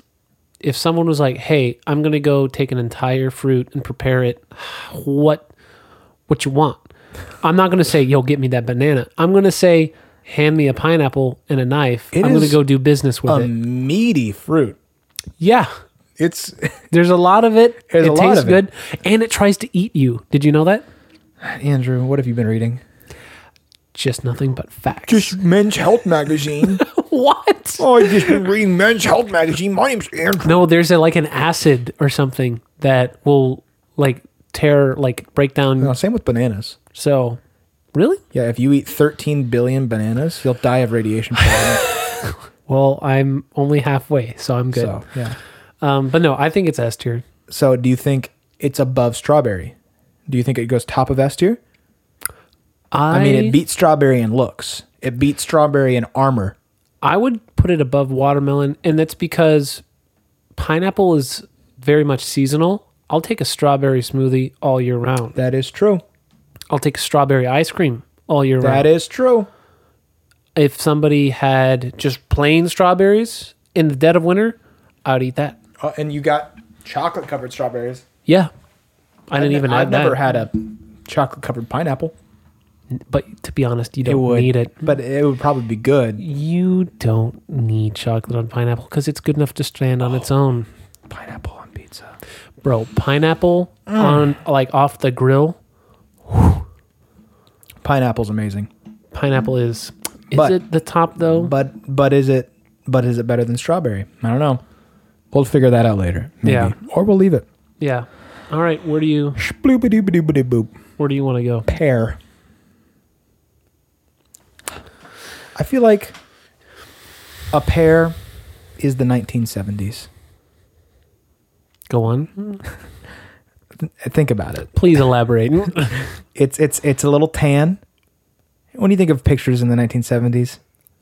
B: if someone was like, "Hey, I'm gonna go take an entire fruit and prepare it," what what you want? I'm not gonna say, "Yo, get me that banana." I'm gonna say, "Hand me a pineapple and a knife."
A: It
B: I'm gonna
A: is um,
B: go do business with
A: A
B: it.
A: meaty fruit.
B: Yeah,
A: It's
B: There's a lot of it.
A: There's
B: it
A: a lot
B: tastes
A: of it.
B: good, and it tries to eat you. Did you know that?
A: Andrew, what have you been reading?
B: Just nothing but facts.
A: Men's Health magazine.
B: what?
A: oh, I've just been reading Men's Health magazine. My name's Andrew.
B: No, there's a, like an acid or something that will like tear, like break down.
A: No, same with bananas.
B: So, really?
A: Yeah, if you eat 13 billion bananas, you'll die of radiation poisoning.
B: Well, I'm only halfway, so I'm good.
A: so, yeah.
B: Um, but no, I think it's S tier.
A: So, do you think it's above strawberry? Do you think it goes top of S tier?
B: I,
A: I mean, it beats strawberry in looks. It beats strawberry in armor.
B: I would put it above watermelon, and that's because pineapple is very much seasonal. I'll take a strawberry smoothie all year round.
A: That is true.
B: I'll take strawberry ice cream all year round.
A: That is true.
B: if somebody had just plain strawberries in the dead of winter, I would eat that.
A: Uh, and you got chocolate covered strawberries.
B: Yeah. I didn't even
A: I've
B: add that.
A: never had a chocolate covered pineapple.
B: but to be honest, you don't need it.
A: but it would probably be good.
B: You don't need chocolate on pineapple because it's good enough to stand on its own.
A: Pineapple on pizza.
B: Bro, pineapple on like off the grill,
A: Pineapple's amazing,
B: pineapple is is
A: But-
B: it the top though?
A: but but is it but is it better than strawberry? I don't know. We'll figure that out later. maybe.
B: Yeah.
A: or we'll leave it.
B: yeah. All right, where do you
A: Shbloopity-boop.
B: where do you want to go?
A: Pear. I feel like a pear is the 1970s.
B: Go on.
A: Think about it.
B: Please elaborate.
A: It's it's it's a little tan. When you think of pictures in the 1970s,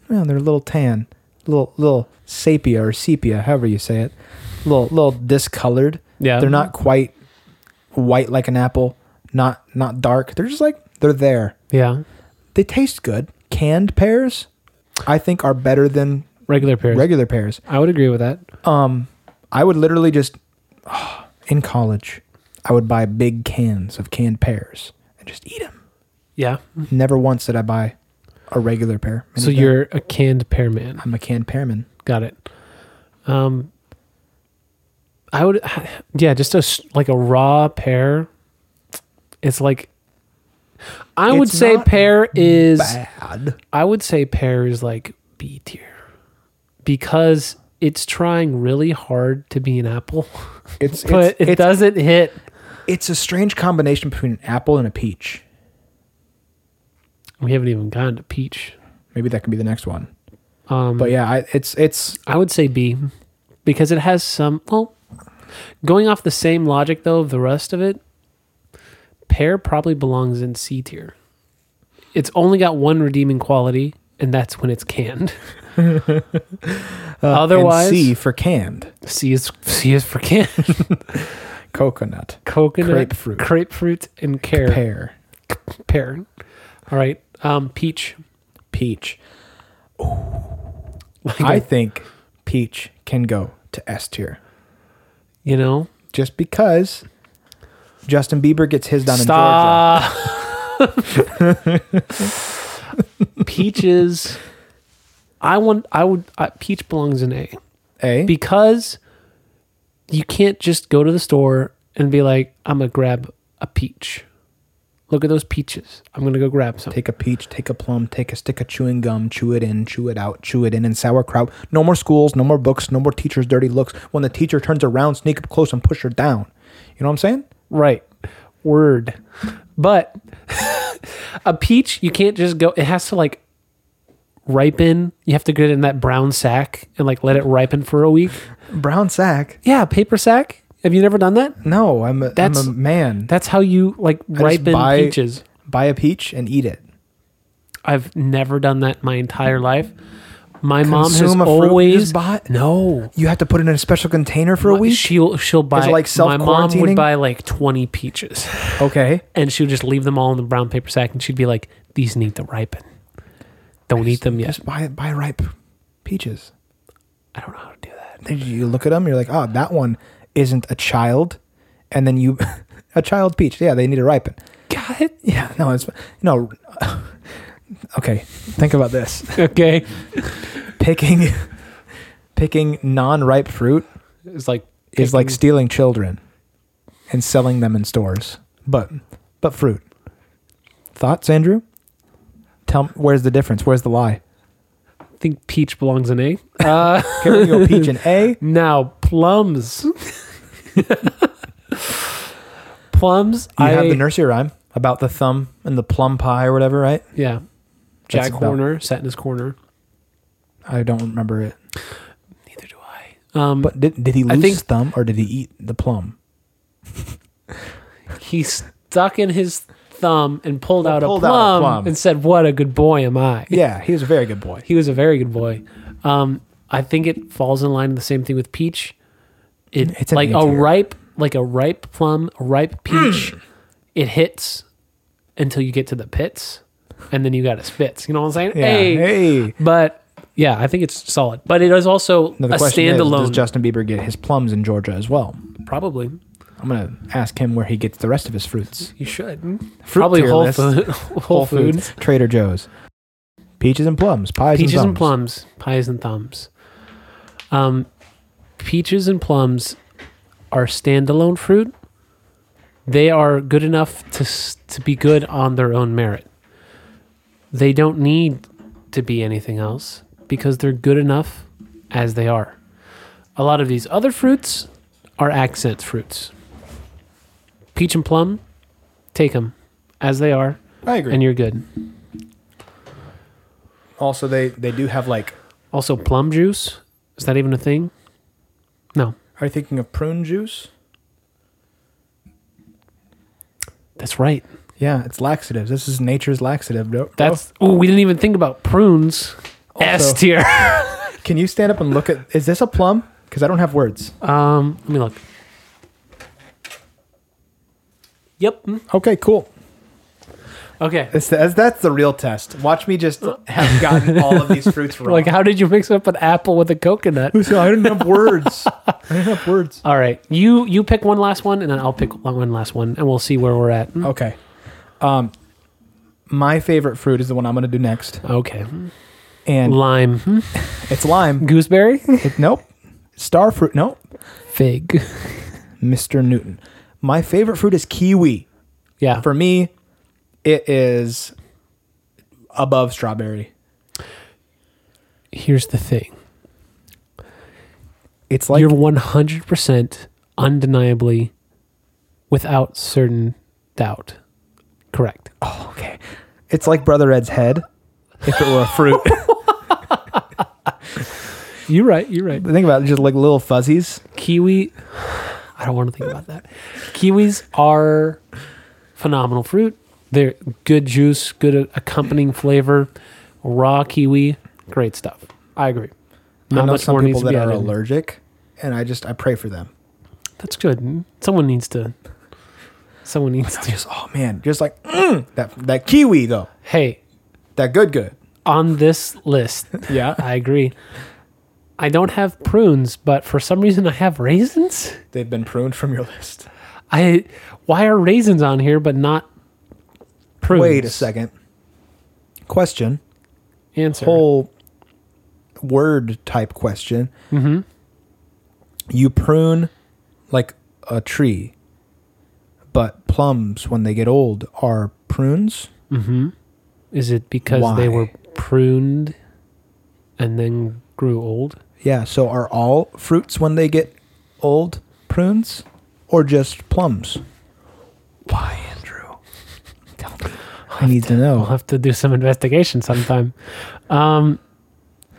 A: well, they're a little tan, little little sepia or sepia, however you say it, little little discolored.
B: Yeah.
A: they're not quite white like an apple, not not dark. They're just like they're there.
B: yeah.
A: They taste good. Canned pears, I think, are better than
B: Regular pears.
A: regular pears. Um,
B: I would agree with that.
A: I would literally just in college, I would buy big cans of canned pears and just eat them.
B: Yeah.
A: Never once did I buy a regular pear. Any
B: So
A: pear.
B: you're a canned pear man.
A: I'm a canned pearman.
B: Got it. Um, I would, yeah, just a s- like a raw pear. It's like, I would
A: It's
B: say
A: not
B: pear is.
A: Bad.
B: I would say pear is like B tier because it's trying really hard to be an apple,
A: It's
B: but
A: it's,
B: it
A: it's,
B: doesn't hit.
A: it's a strange combination between an apple and a peach.
B: We haven't even gotten to peach.
A: Maybe that can be the next one.
B: Um,
A: But yeah, I, it's it's
B: I would say B because it has some. Well, going off the same logic though of the rest of it, pear probably belongs in C tier. It's only got one redeeming quality, and that's when it's canned.
A: and
B: Otherwise,
A: C
B: Uh, C.
A: for canned
B: is C is for canned
A: coconut
B: coconut,
A: Grapefruit.
B: grapefruit, and pear. Pear.
A: pear
B: All right, um, peach.
A: peach.
B: Like
A: I
B: I,
A: think peach can go to S tier
B: you know,
A: just because Justin Bieber gets his done in Georgia.
B: stop. Peaches. I want. I would. I, peach belongs in A
A: A
B: because you can't just go to the store and be like, "I'm gonna grab a peach." Look at those peaches. I'm gonna go grab some.
A: Take a peach, take a plum, take a stick of chewing gum, chew it in, chew it out, chew it in, and sauerkraut. No more schools, no more books, no more teachers' dirty looks. When the teacher turns around, sneak up close and push her down. You know what I'm saying?
B: Right. Word. But a peach, you can't just go, it has to like ripen. You have to get it in that brown sack and like let it ripen for a week.
A: Brown sack.
B: Yeah, paper sack. Have you never done that?
A: No, I'm a, I'm
B: That's-
A: a man.
B: That's how you like ripen
A: buy-
B: peaches.
A: Buy a peach and eat it.
B: I've never done that my entire life. My mom has
A: Consume a fruit,
B: always
A: just buy-
B: no.
A: You have to put it in a special container for a week.
B: She'll she'll buy
A: it, like,
B: my mom
A: self-quarantining?
B: would buy like twenty peaches,
A: okay.
B: and she would just leave them all in the brown paper sack, and she'd be like, "These need to ripen. Don't eat them yet."
A: Just buy buy ripe peaches.
B: I don't know how to do that.
A: Then you look at them, you're like, oh, that one isn't a child, and then you a child peach. Yeah, they need to ripen.
B: Got it.
A: Yeah, no, it's no. okay, think about this:
B: Okay,
A: picking picking non-ripe fruit
B: it's like
A: is like
B: picking-
A: stealing children and selling them in stores. But but fruit. Thoughts, Andrew? Tell where's the difference? Where's the lie?
B: I think peach belongs in A. Uh,
A: Can we go peach and A?
B: now plums. plums.
A: You
B: I
A: have the nursery rhyme about the thumb and the plum pie or whatever, right?
B: yeah. Jack
A: about-
B: Horner sat in his corner.
A: I don't remember it.
B: Neither do I. Um,
A: But did, did he lose
B: think-
A: his thumb or did he eat the plum?
B: he stuck in his thumb and pulled, out,
A: pulled
B: a
A: out a
B: plum
A: plum.
B: and said, "What a good boy am I."
A: Yeah, he was a very good boy.
B: He was a very good boy. Um, I think it falls in line with the same thing with peach. It,
A: It's
B: it's
A: an
B: like
A: A
B: a
A: tier.
B: ripe, like a ripe plum, a ripe peach. it hits until you get to the pits, and then you got to spits. You know what I'm saying?
A: Yeah. Hey.
B: But yeah, I think it's solid. But it is also
A: Now the
B: a
A: question
B: standalone.
A: is, does Justin Bieber get his plums in Georgia as well?
B: probably
A: I'm gonna ask him where he gets the rest of his fruits.
B: you should. probably
A: tier
B: Whole,
A: list.
B: food, Whole Foods.
A: Trader Joe's, peaches and plums, pies
B: peaches
A: and,
B: and
A: plums.
B: plums, pies and thumbs. Um, peaches and plums are standalone fruit. They are good enough to s- to be good on their own merit. They don't need to be anything else because they're good enough as they are. A lot of these other fruits are accent fruits. Peach and plum, take them as they are,
A: I agree.
B: and you're good.
A: also, they they do have like.
B: Also, plum juice is that even a thing? No,
A: Are you thinking of prune juice?
B: that's right.
A: Yeah, it's laxatives. This is nature's laxative. bro.
B: That's oh, we didn't even think about prunes. S
A: Also-
B: tier.
A: Can you stand up and look at? Is this a plum? Because I don't have words.
B: um, let me look. Yep. mm,
A: Okay, cool.
B: Okay.
A: It's that's, that's the real test. Watch me just have gotten all of these fruits wrong.
B: Like, how did you mix up an apple with a coconut?
A: So I didn't have words. I didn't have words.
B: All right, you you pick one last one, and then I'll pick one last one, and we'll see where we're at. Mm,
A: Okay. Um, my favorite fruit is the one I'm going to do next,
B: Okay.
A: and Hmm?
B: Lime. mm,
A: it's lime.
B: Gooseberry.
A: It- nope. Star fruit. Nope.
B: Fig.
A: Mr. Newton. My favorite fruit is kiwi.
B: Yeah.
A: For me, it is above strawberry.
B: Here's the thing.
A: It's like
B: you're 100% undeniably without certain doubt correct
A: okay. It's like Brother Ed's head. If it were a fruit,
B: you're right you're right
A: think about it, just like little fuzzies.
B: kiwi i don't want to think about that kiwis are phenomenal fruit they're good juice good a- accompanying flavor raw kiwi great stuff i agree
A: I
B: Not
A: know
B: much
A: some
B: more
A: people
B: needs to
A: that
B: be
A: are
B: added.
A: allergic, and I just I pray for them.
B: that's good someone needs to someone needs to
A: Just oh man, just like mm, that that kiwi though,
B: hey
A: that good good.
B: on this list
A: Yeah,
B: I agree. I don't have prunes, but for some reason I have raisins.
A: they've been pruned from your list.
B: I why are raisins on here but not prunes?
A: Wait a second. Question.
B: Answer.
A: Whole word type question. Mm-hmm. You prune like a tree, but plums when they get old are prunes?
B: Is it because
A: Why?
B: they were pruned and then grew old?
A: Yeah. So are all fruits when they get old prunes, or just plums? Why, Andrew? Tell me. I need to
B: We'll
A: know.
B: have to do some investigation sometime. Um,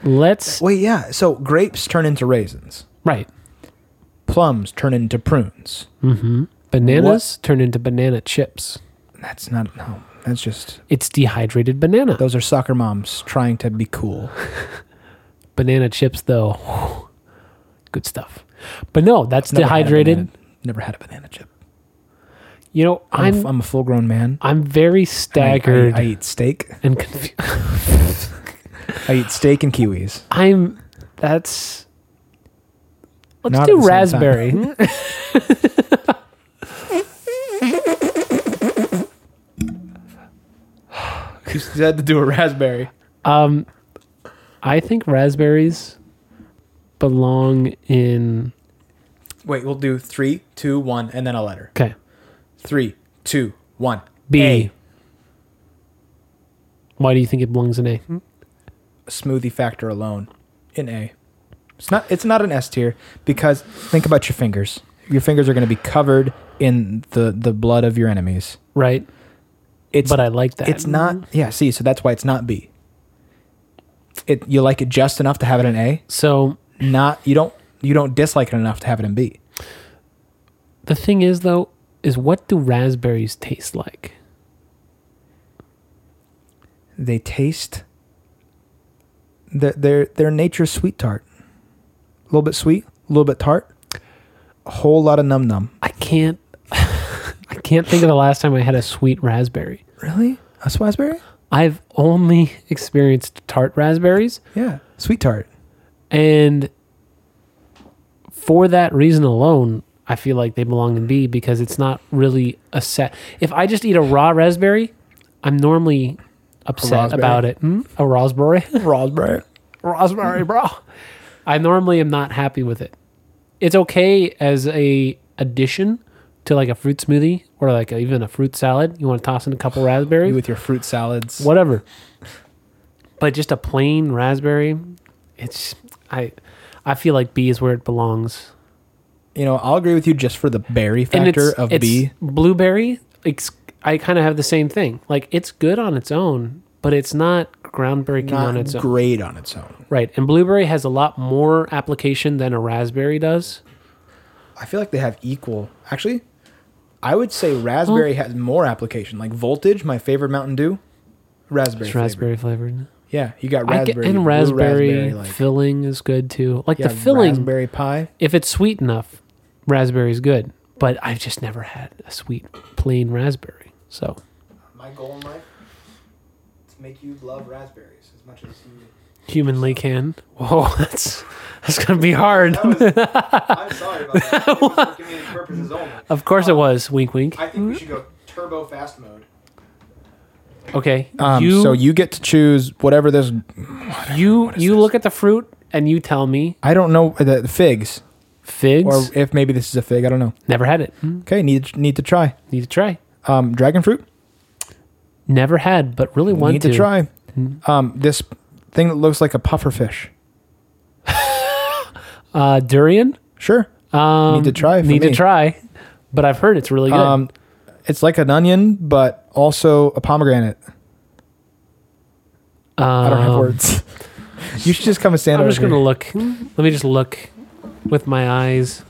B: let's
A: Wait, yeah. So grapes turn into raisins.
B: right.
A: Plums turn into prunes.
B: Bananas turn into banana chips.
A: That's not no. That's just
B: It's dehydrated banana.
A: those are soccer moms trying to be cool.
B: banana chips, though, good stuff. But no, that's
A: Never had a
B: dehydrated.
A: banana- Never had a banana chip.
B: You know,
A: I'm, a f-
B: I'm
A: I'm a full grown man.
B: I'm very
A: I- I-
B: staggered
A: I, eat steak.
B: and confused.
A: I eat steak and kiwis.
B: I'm that's let's
A: Not at
B: do
A: the same
B: raspberry.
A: You had to do a raspberry.
B: um I think raspberries belong in
A: Wait, we'll do three, two, one, and then a letter.
B: okay.
A: Three, two, one.
B: B.
A: A.
B: Why do you think it belongs in A?
A: Hmm? Smoothie factor alone in A. It's not. It's not an S tier because think about your fingers. Your fingers are going to be covered in the the blood of your enemies.
B: Right.
A: It's
B: But I Mm-hmm. like that.
A: It's not. Yeah. See. So that's why it's not B. It you like it just enough to have it in A.
B: So
A: Not you don't you don't dislike it enough to have it in B.
B: the thing is though, is what do raspberries taste like?
A: They taste. They're they're, they're nature's sweet tart. A little bit sweet, a little bit tart. A whole lot of num num.
B: I can't I can't think of the last time I had a sweet raspberry.
A: Really? A raspberry?
B: I've only experienced tart raspberries
A: Yeah, sweet tart.
B: And for that reason alone, I feel like they belong in B because it's not really a set. If I just eat a raw raspberry, I'm normally upset
A: raspberry.
B: about it. Hmm? A raspberry?
A: Raspberry.
B: raspberry, bro. I normally am not happy with it. It's okay as a addition to like a fruit smoothie or like even a fruit salad. You want to toss in a couple raspberries?
A: You with your fruit salads.
B: whatever. But just a plain raspberry, it's I I feel like B is where it belongs.
A: You know, I'll agree with you just for the berry factor
B: it's,
A: of
B: it's
A: B.
B: blueberry. It's I kind of have the same thing. Like it's good on its own, but it's not groundbreaking
A: Not
B: on its own.
A: great on its own.
B: Right. And blueberry has a lot more application than a raspberry does.
A: I feel like they have equal. Actually, I would say raspberry has more application. Like Voltage, my favorite Mountain Dew, raspberry.
B: It's
A: flavored.
B: raspberry flavored.
A: Yeah, you got
B: I get-
A: raspberry
B: and
A: blue
B: raspberry,
A: like,
B: filling is good too. Like
A: yeah,
B: the filling,
A: raspberry pie.
B: if it's sweet enough, raspberry is good. But I've just never had a sweet plain raspberry. So
A: My goal in life is to make you love raspberries as much as you.
B: humanly can. Whoa, that's that's gonna be hard.
A: I'm sorry about that. It was for comedic purposes only.
B: of course it was. Wink, wink.
A: I think we should go turbo fast mode.
B: Okay,
A: Um,
B: you
A: so you get to choose whatever this.
B: you you look at the fruit and you tell me
A: I don't know the figs,
B: figs.
A: or Hmm. if maybe this is a fig. I don't know.
B: never had it. Mm,
A: Okay, need need to try.
B: Need to try.
A: Um, dragon fruit.
B: Never had, but really want
A: need to, try.
B: Hmm.
A: Um, this thing that looks like a puffer fish.
B: Uh, durian.
A: Sure.
B: Um,
A: Need to try for
B: Need
A: me.
B: to try. But I've heard it's really good.
A: Um, it's like an onion, but also a pomegranate. I don't have
B: Um,
A: words. you should just come and stand
B: I'm
A: over
B: just
A: here.
B: gonna look. Let me just look with my eyes.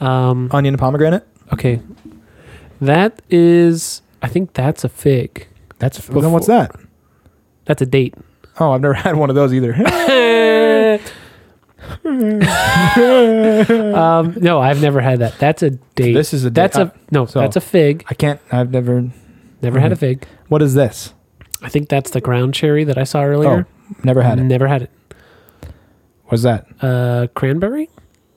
B: Um,
A: onion and pomegranate.
B: okay, that is. I think that's a fig.
A: That's then what's that?
B: That's a date.
A: Oh, I've never had one of those either.
B: um, no, I've never had that. That's a date.
A: This is a date.
B: That's
A: Uh,
B: a no.
A: so- Mm-hmm.
B: That's a fig.
A: I can't. I've never.
B: Never had a fig.
A: What is this?
B: I think that's the ground cherry that I saw earlier.
A: Oh, never had it.
B: Never had it.
A: What's that?
B: Uh, cranberry.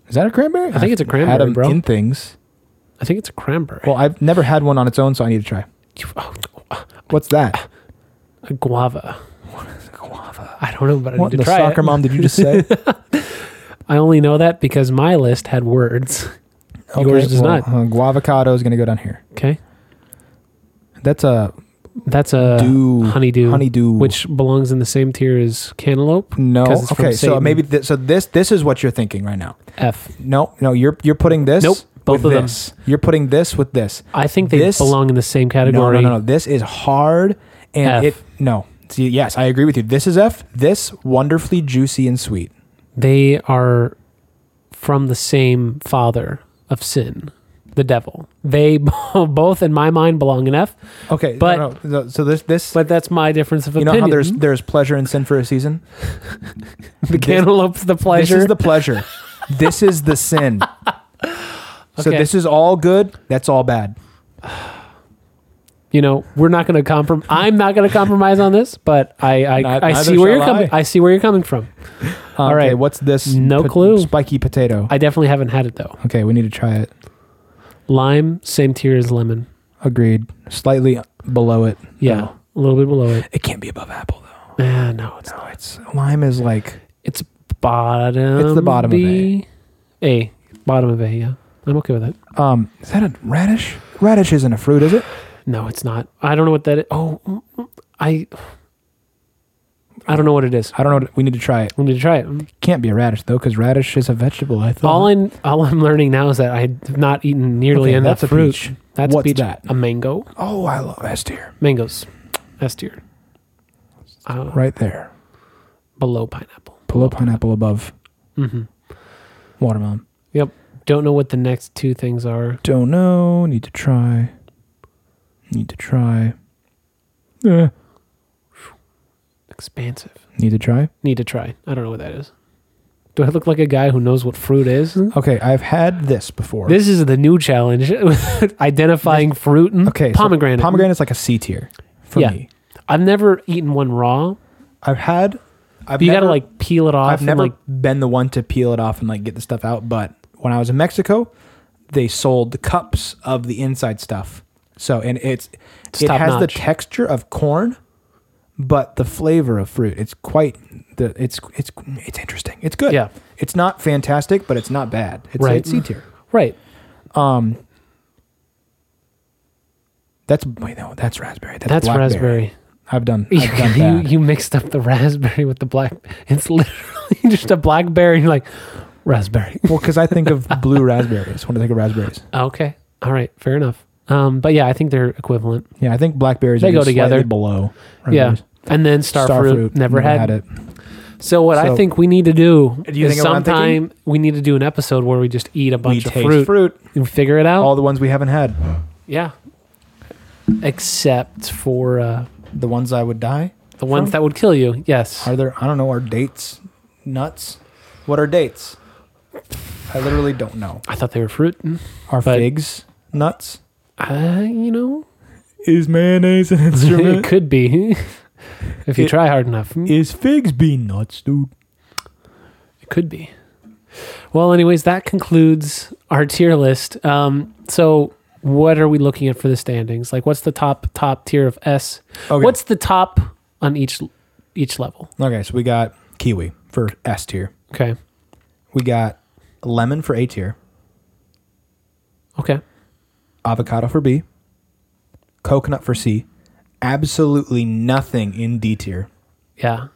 A: Is that a cranberry?
B: I think it's a cranberry,
A: had 'em
B: bro.
A: In things.
B: I think it's a cranberry.
A: Well, I've never had one on its own, so I need to try. What's that?
B: a guava. guava? I don't know, but I
A: What
B: need
A: the
B: to try
A: soccer
B: it.
A: mom did you just say?
B: I only know that because my list had words. Yours does not.
A: Uh, guavocado is going to go down here.
B: Okay.
A: That's a
B: That's a
A: Dew.
B: honeydew,
A: Honeydew.
B: which belongs in the same tier as cantaloupe.
A: No.
B: 'cause it's from
A: Okay. So
B: Satan.
A: maybe th- so this this is what you're thinking right now.
B: F.
A: No, no, you're you're putting this.
B: Nope, both
A: with
B: of them.
A: this. You're putting this with this.
B: I think they
A: This-
B: belong in the same
A: No, no,
B: category.
A: no, no. This is hard,
B: F.
A: and it no. See, yes, I agree with you. This is F. This wonderfully juicy and sweet.
B: They are from the same father of sin, the devil. They both, in my mind, belong in F.
A: Okay,
B: But-
A: no, no, no, so this this
B: But that's my difference of
A: you know
B: opinion.
A: how there's there's pleasure and sin for a season.
B: the cantaloupe's the pleasure.
A: This is the pleasure. this is the sin. So
B: Okay.
A: this is all good. That's all bad.
B: you know, we're not going to compromise. I'm not going to compromise on this, but I I,
A: Ni-
B: I see
A: neither
B: where you're
A: shall
B: coming.
A: I.
B: I see where you're coming from. All
A: okay,
B: right.
A: what's this?
B: No clue.
A: Spiky potato.
B: I definitely haven't had it though.
A: okay, we need to try it.
B: Lime, same tier as lemon.
A: Agreed. Slightly below it.
B: Yeah,
A: though.
B: a little bit below it.
A: It can't be above apple though.
B: Eh, Oh. no, it's
A: No, it's lime is like
B: it's bottom.
A: It's the bottom of
B: B. A bottom of A. Yeah, I'm okay with it.
A: um is that a radish? Radish isn't a fruit, is it?
B: No, it's not. I don't know what that. Is. Oh, mm, mm, I. I don't know what it is.
A: I don't know. what- We need to try it.
B: I'm gonna try it.
A: Can't be a radish though, because radish is a vegetable. I thought.
B: All in, all I'm learning now is that I have not eaten nearly
A: Okay,
B: enough
A: that's a
B: fruit.
A: peach.
B: That's
A: What's
B: peach. Um,
A: that?
B: A mango.
A: oh, I love S tier.
B: Mangoes. S tier. Uh,
A: Right there.
B: Below pineapple.
A: Below pineapple, above watermelon.
B: Yep. Don't know what the next two things are.
A: Don't know. Need to try. Need to try. Eh,
B: Expansive.
A: Need to try.
B: Need to try. I don't know what that is. Do I look like a guy who knows what fruit is?
A: Okay, I've had this before.
B: This is the new challenge identifying fruit and
A: okay, so
B: pomegranate.
A: pomegranate's like a C tier for
B: Yeah.
A: me.
B: I've never eaten one raw.
A: I've had. I've
B: But you
A: never,
B: gotta like peel it off.
A: I've
B: and,
A: never
B: like
A: been the one to peel it off and like get the stuff out. But when I was in Mexico, they sold the cups of the inside stuff. So and it's it
B: top
A: has the
B: notch.
A: texture of corn, but the flavor of fruit. It's quite the it's it's it's interesting. It's good.
B: Yeah.
A: It's not fantastic, but it's not bad. It's,
B: Right.
A: it's C tier.
B: right.
A: That's wait no, that's raspberry. That's,
B: That's
A: blackberry.
B: raspberry.
A: I've done.
B: You,
A: I've done
B: you,
A: bad.
B: you mixed up the raspberry with the black. It's literally just a blackberry. You're like raspberry.
A: well, because I think of blue raspberries when I think of raspberries.
B: Okay. All right. Fair enough. Um, but yeah, I think they're equivalent.
A: Yeah, I think blackberries
B: They
A: are
B: go
A: just slightly
B: together.
A: below.
B: Yeah.
A: raspberries.
B: And then starfruit, never, had.
A: it.
B: So what I
A: So-
B: think we need to do
A: Do you
B: is
A: think I'm
B: sometime we need to do an episode where we just eat a
A: We
B: bunch of
A: taste
B: fruit,
A: fruit.
B: and figure it out.
A: All the ones we haven't had.
B: yeah. Except for uh,
A: The ones I would die.
B: the ones
A: From-
B: that would kill you. Yes.
A: Are there? I don't know. Are dates nuts? What are dates? I literally don't know.
B: I thought they were fruit.
A: Hmm. Are
B: But-
A: figs nuts?
B: Uh, you know,
A: Is mayonnaise an
B: it could be if you
A: It-
B: try hard enough. hmm,
A: Is figs being nuts, dude?
B: It could be. Well, anyways, that concludes our tier list. Um, so what are we looking at for the standings? Like, what's the top top tier of S?
A: Okay.
B: What's the top on each each level?
A: Okay, so we got kiwi for S tier.
B: Okay.
A: We got lemon for A tier.
B: Okay.
A: Avocado for B. Coconut for C. Absolutely nothing in D tier.
B: Yeah.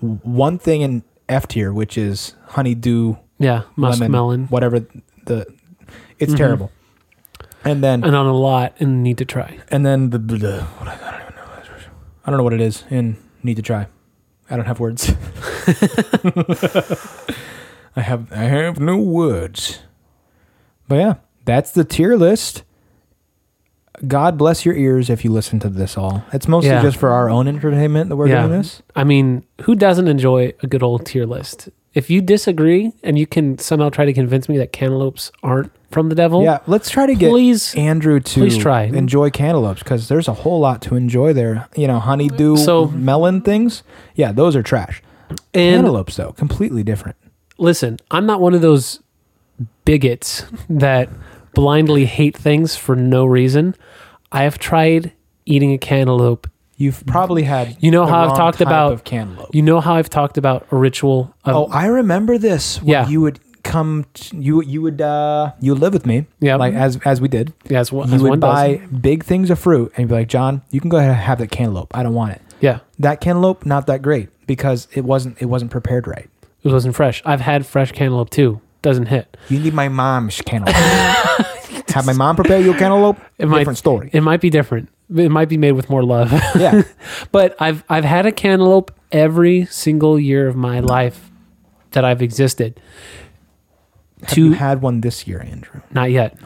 A: one thing in F tier, which is honeydew
B: Yeah. Musk
A: lemon,
B: melon. Mm-hmm.
A: whatever the. It's terrible. And then
B: And on a lot and need to try.
A: and then the, the, what I, I don't even know. I don't know what it is. In need to try. I don't have words. I have I have no words. But yeah, that's the tier list. God bless your ears if you listen to this all. It's mostly
B: Yeah.
A: just for our own entertainment that we're doing this.
B: I mean, who doesn't enjoy a good old tier list? If you disagree and you can somehow try to convince me that cantaloupes aren't from the devil,
A: Yeah, let's try to get
B: Please-
A: Andrew to
B: please try.
A: enjoy cantaloupes because there's a whole lot to enjoy there. You know, honeydew
B: So-
A: melon things. Yeah, those are trash.
B: and
A: cantaloupes though, completely different.
B: listen, I'm not one of those bigots that blindly hate things for no reason. I have tried eating a cantaloupe.
A: You've probably had
B: You know
A: the
B: how I've
A: wrong
B: talked
A: type
B: about-
A: of cantaloupe.
B: You know how I've talked about a ritual of
A: oh, I remember this. When
B: Yeah.
A: you would come t- you you would uh you would live with me
B: Yeah.
A: like as as we did
B: Yeah, as one,
A: Oh, you
B: as
A: would
B: one
A: buy
B: does.
A: big things of fruit and you'd be like john you can go ahead and have that cantaloupe i don't want it
B: Yeah,
A: that cantaloupe not that great because it wasn't it wasn't prepared right
B: it wasn't fresh. I've had fresh cantaloupe too. Doesn't hit.
A: you need my mom's cantaloupe have my mom prepare you a cantaloupe
B: It
A: different story
B: It might be different. It might be made with more love.
A: yeah
B: but I've I've had a cantaloupe every single year of my life that I've existed.
A: have
B: Two,
A: you had one this year andrew
B: not yet.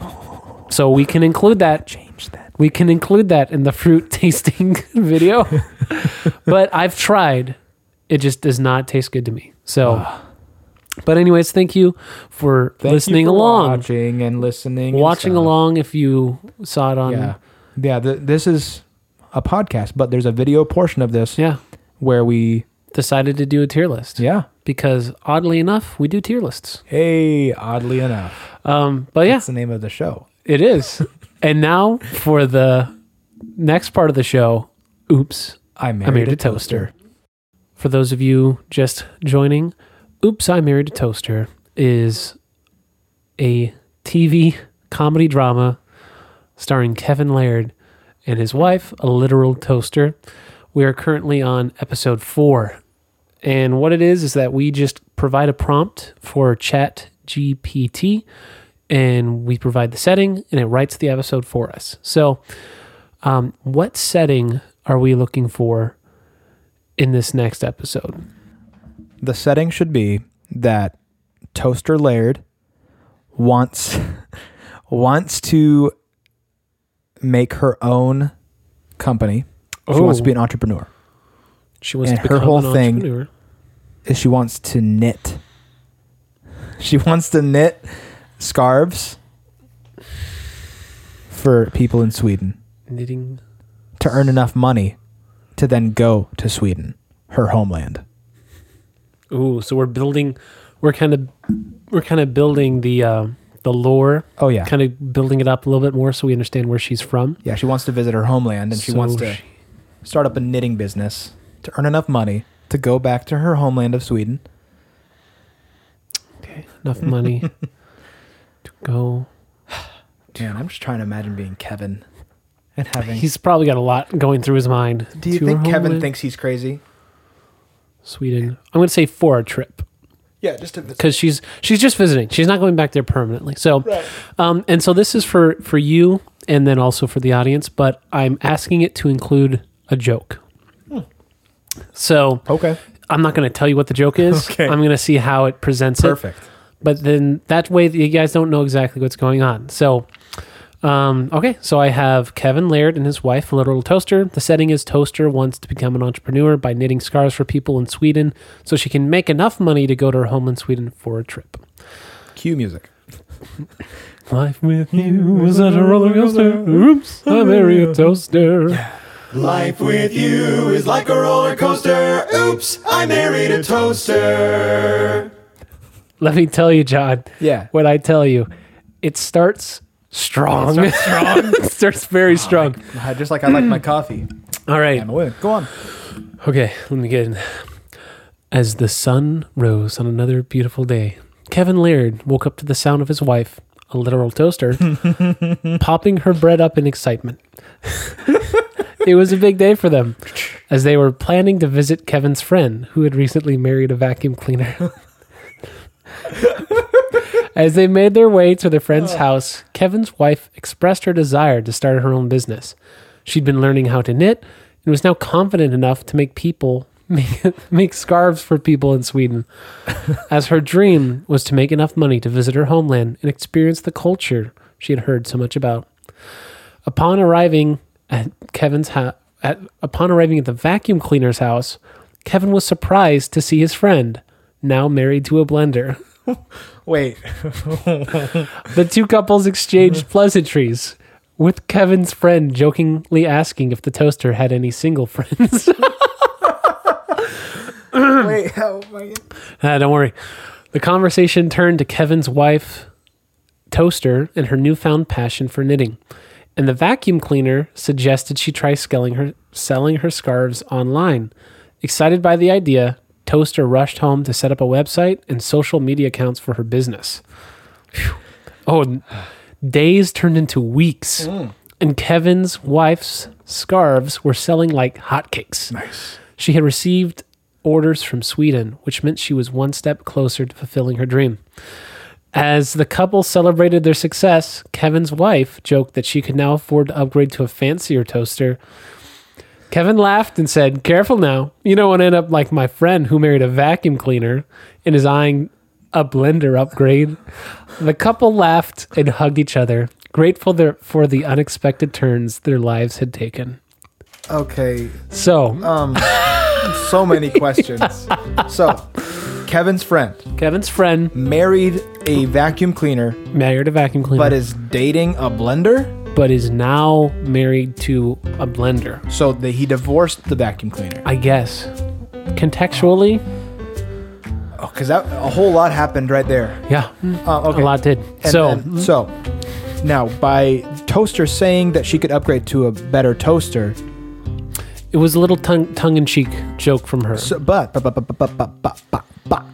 B: So we can include that
A: change that
B: we can include that in the fruit tasting video. but I've tried. It just does not taste good to me. So But anyways, thank you for
A: Ah. Thank you
B: listening
A: for
B: along. Watching,
A: watching and listening and stuff.
B: along if you saw it on
A: yeah yeah th- this is a podcast but there's a video portion of this
B: yeah,
A: where we
B: decided to do a tier list.
A: yeah
B: Because oddly enough, we do tier lists.
A: hey oddly enough
B: Um but yeah,
A: that's the name of the show
B: It is. and now for the next part of the show. Oops,
A: i married,
B: I married a toaster. For those of you just joining, Oops, I Married a Toaster is a TV comedy drama starring Kevin Laird and his wife, a literal toaster. We are currently on episode four. And what it is is that we just provide a prompt for Chat GPT and we provide the setting and it writes the episode for us. So, um, what setting are we looking for in this next episode?
A: the setting should be that toaster laird wants wants to make her own company she wants to be an entrepreneur
B: She wants
A: and
B: to
A: her
B: become
A: whole
B: an
A: thing-
B: entrepreneur.
A: she wants to knit she wants to knit scarves for people in sweden
B: knitting.
A: to earn enough money to then go to sweden her homeland
B: Ooh, so we're building. We're kind of we're kind of building the uh, the lore.
A: oh yeah
B: Kind of building it up a little bit more so we understand where she's from.
A: Yeah, she wants to visit her homeland and she
B: So
A: wants to
B: she-
A: start up a knitting business to earn enough money to go back to her homeland of Sweden.
B: okay, enough money to go.
A: Man, I'm just trying to imagine being Kevin and having.
B: He's probably got a lot going through his mind.
A: do you
B: To
A: think
B: her
A: Kevin
B: homeland,
A: thinks he's crazy?
B: Sweden? I'm going to say for a trip.
A: Yeah, just to,
B: because she's she's just visiting. She's not going back there permanently. So, um, and so this is for for you, and then also for the audience. But I'm asking it to include a joke.
A: Hmm.
B: So
A: okay,
B: I'm not going to tell you what the joke is.
A: Okay.
B: I'm going to see how it presents it
A: perfect.
B: but then that way you guys don't know exactly what's going on. So, um, okay, so I have Kevin Laird and his wife, Literal Toaster. The setting is Toaster wants to become an entrepreneur by knitting scarves for people in Sweden so she can make enough money to go to her home in Sweden for a trip.
A: Cue music.
B: Life with you was such a roller coaster. Oops, I marry a toaster.
E: Life with you is like a roller coaster. Oops, I married a toaster.
B: Let me tell you, John.
A: Yeah.
B: What I tell you, it starts strong. It starts strong. Oh it starts very strong.
A: Just like I like my coffee.
B: All right.
A: I'm a woman. Go on.
B: Okay, let me get in. As the sun rose on another beautiful day, Kevin Laird woke up to the sound of his wife, a literal toaster, popping her bread up in excitement. it was a big day for them, as they were planning to visit Kevin's friend, who had recently married a vacuum cleaner. as they made their way to their friend's house, Kevin's wife expressed her desire to start her own business. She'd been learning how to knit and was now confident enough to make people make, make scarves for people in Sweden, as her dream was to make enough money to visit her homeland and experience the culture she had heard so much about. Upon arriving at Kevin's house, at, upon arriving at the vacuum cleaner's house, Kevin was surprised to see his friend, now married to a blender.
A: Wait.
B: The two couples exchanged pleasantries, with Kevin's friend jokingly asking if the toaster had any single friends.
A: Wait. Oh my.
B: Ah, don't worry. The conversation turned to Kevin's wife, Toaster, and her newfound passion for knitting. And the vacuum cleaner suggested she try selling her, selling her scarves online. Excited by the idea, Toaster rushed home to set up a website and social media accounts for her business. Phew. Oh, n- days turned into weeks, and Kevin's wife's scarves were selling like hotcakes. Nice. She had received orders from Sweden, which meant she was one step closer to fulfilling her dream. As the couple celebrated their success, Kevin's wife joked that she could now afford to upgrade to a fancier toaster. Kevin laughed and said, Careful now. You don't want to end up like my friend who married a vacuum cleaner and is eyeing a blender upgrade. The couple laughed and hugged each other, grateful there- for the unexpected turns their lives had taken.
A: Okay,
B: So,
A: so many questions. so, Kevin's friend
B: Kevin's friend
A: married a vacuum cleaner,
B: married a vacuum cleaner,
A: but is dating a blender,
B: but is now married to a blender.
A: so that he divorced the vacuum cleaner.
B: I guess. Contextually,
A: Oh, because that a whole lot happened right there.
B: yeah,
A: Oh, okay.
B: a lot did.
A: And
B: so, mm-hmm.
A: then- so now by toaster saying that she could upgrade to a better toaster,
B: it was a little tongue tongue in cheek joke from her.
A: so, but, but, but, but, but, but, but, but, but, but,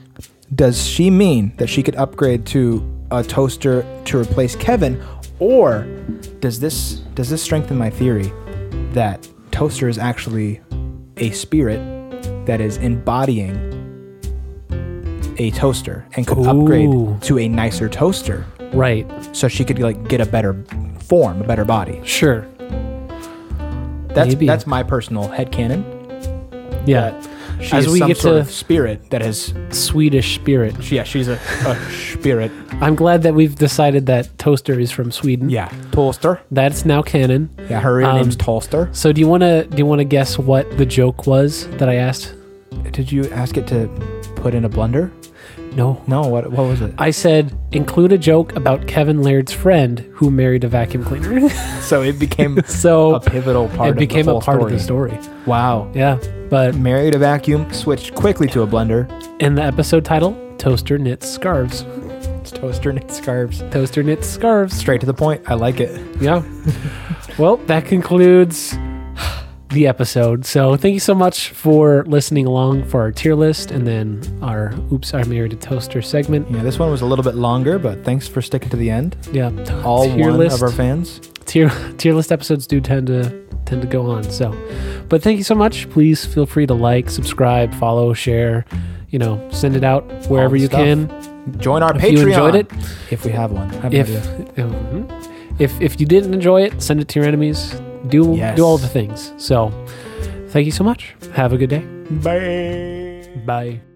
A: does she mean that she could upgrade to a toaster to replace Kevin, or does this does this strengthen my theory that toaster is actually a spirit that is embodying a toaster and could
B: Ooh.
A: upgrade to a nicer toaster?
B: right.
A: so she could like get a better form, a better body.
B: Sure.
A: That's
B: Maybe.
A: that's my personal headcanon.
B: Yeah.
A: She
B: As
A: is
B: we
A: some
B: get
A: sort
B: to
A: of spirit that has
B: Swedish spirit,
A: yeah, she's a, a spirit.
B: I'm glad that we've decided that Toaster is from Sweden.
A: Yeah. Tolster.
B: That's now canon.
A: Yeah, her real
B: Um,
A: name's Tolster.
B: So do you want to do you want to guess what the joke was that I asked?
A: Did you ask it to put in a blender?
B: No.
A: No, what what was it?
B: I said include a joke about Kevin Laird's friend who married a vacuum cleaner.
A: so it became
B: so
A: a pivotal part
B: it
A: of
B: became
A: the
B: a
A: whole
B: part
A: story.
B: of the story.
A: Wow.
B: Yeah. But
A: Married a vacuum, switched quickly to a blender.
B: in the episode title, Toaster knits scarves.
A: It's toaster knit scarves.
B: Toaster knits scarves.
A: Straight to the point. I like it.
B: Yeah. well, that concludes the episode. So thank you so much for listening along for our tier list and then our Oops, I Married a Toaster segment.
A: Yeah, this one was a little bit longer, but thanks for sticking to the end.
B: Yeah.
A: All
B: tier
A: one
B: list,
A: of our fans.
B: tier, tier list episodes do tend to tend to go on. So but thank you so much. Please feel free to like, subscribe, follow, share, you know, send it out wherever
A: the
B: you
A: stuff.
B: can.
A: Join our
B: If
A: Patreon.
B: you enjoyed it,
A: if we have one. I have no
B: if
A: idea.
B: Mhm. if if you didn't enjoy it, send it to your enemies. Do
A: Yes.
B: do all the things. So, thank you so much. Have a good day. Bye. Bye.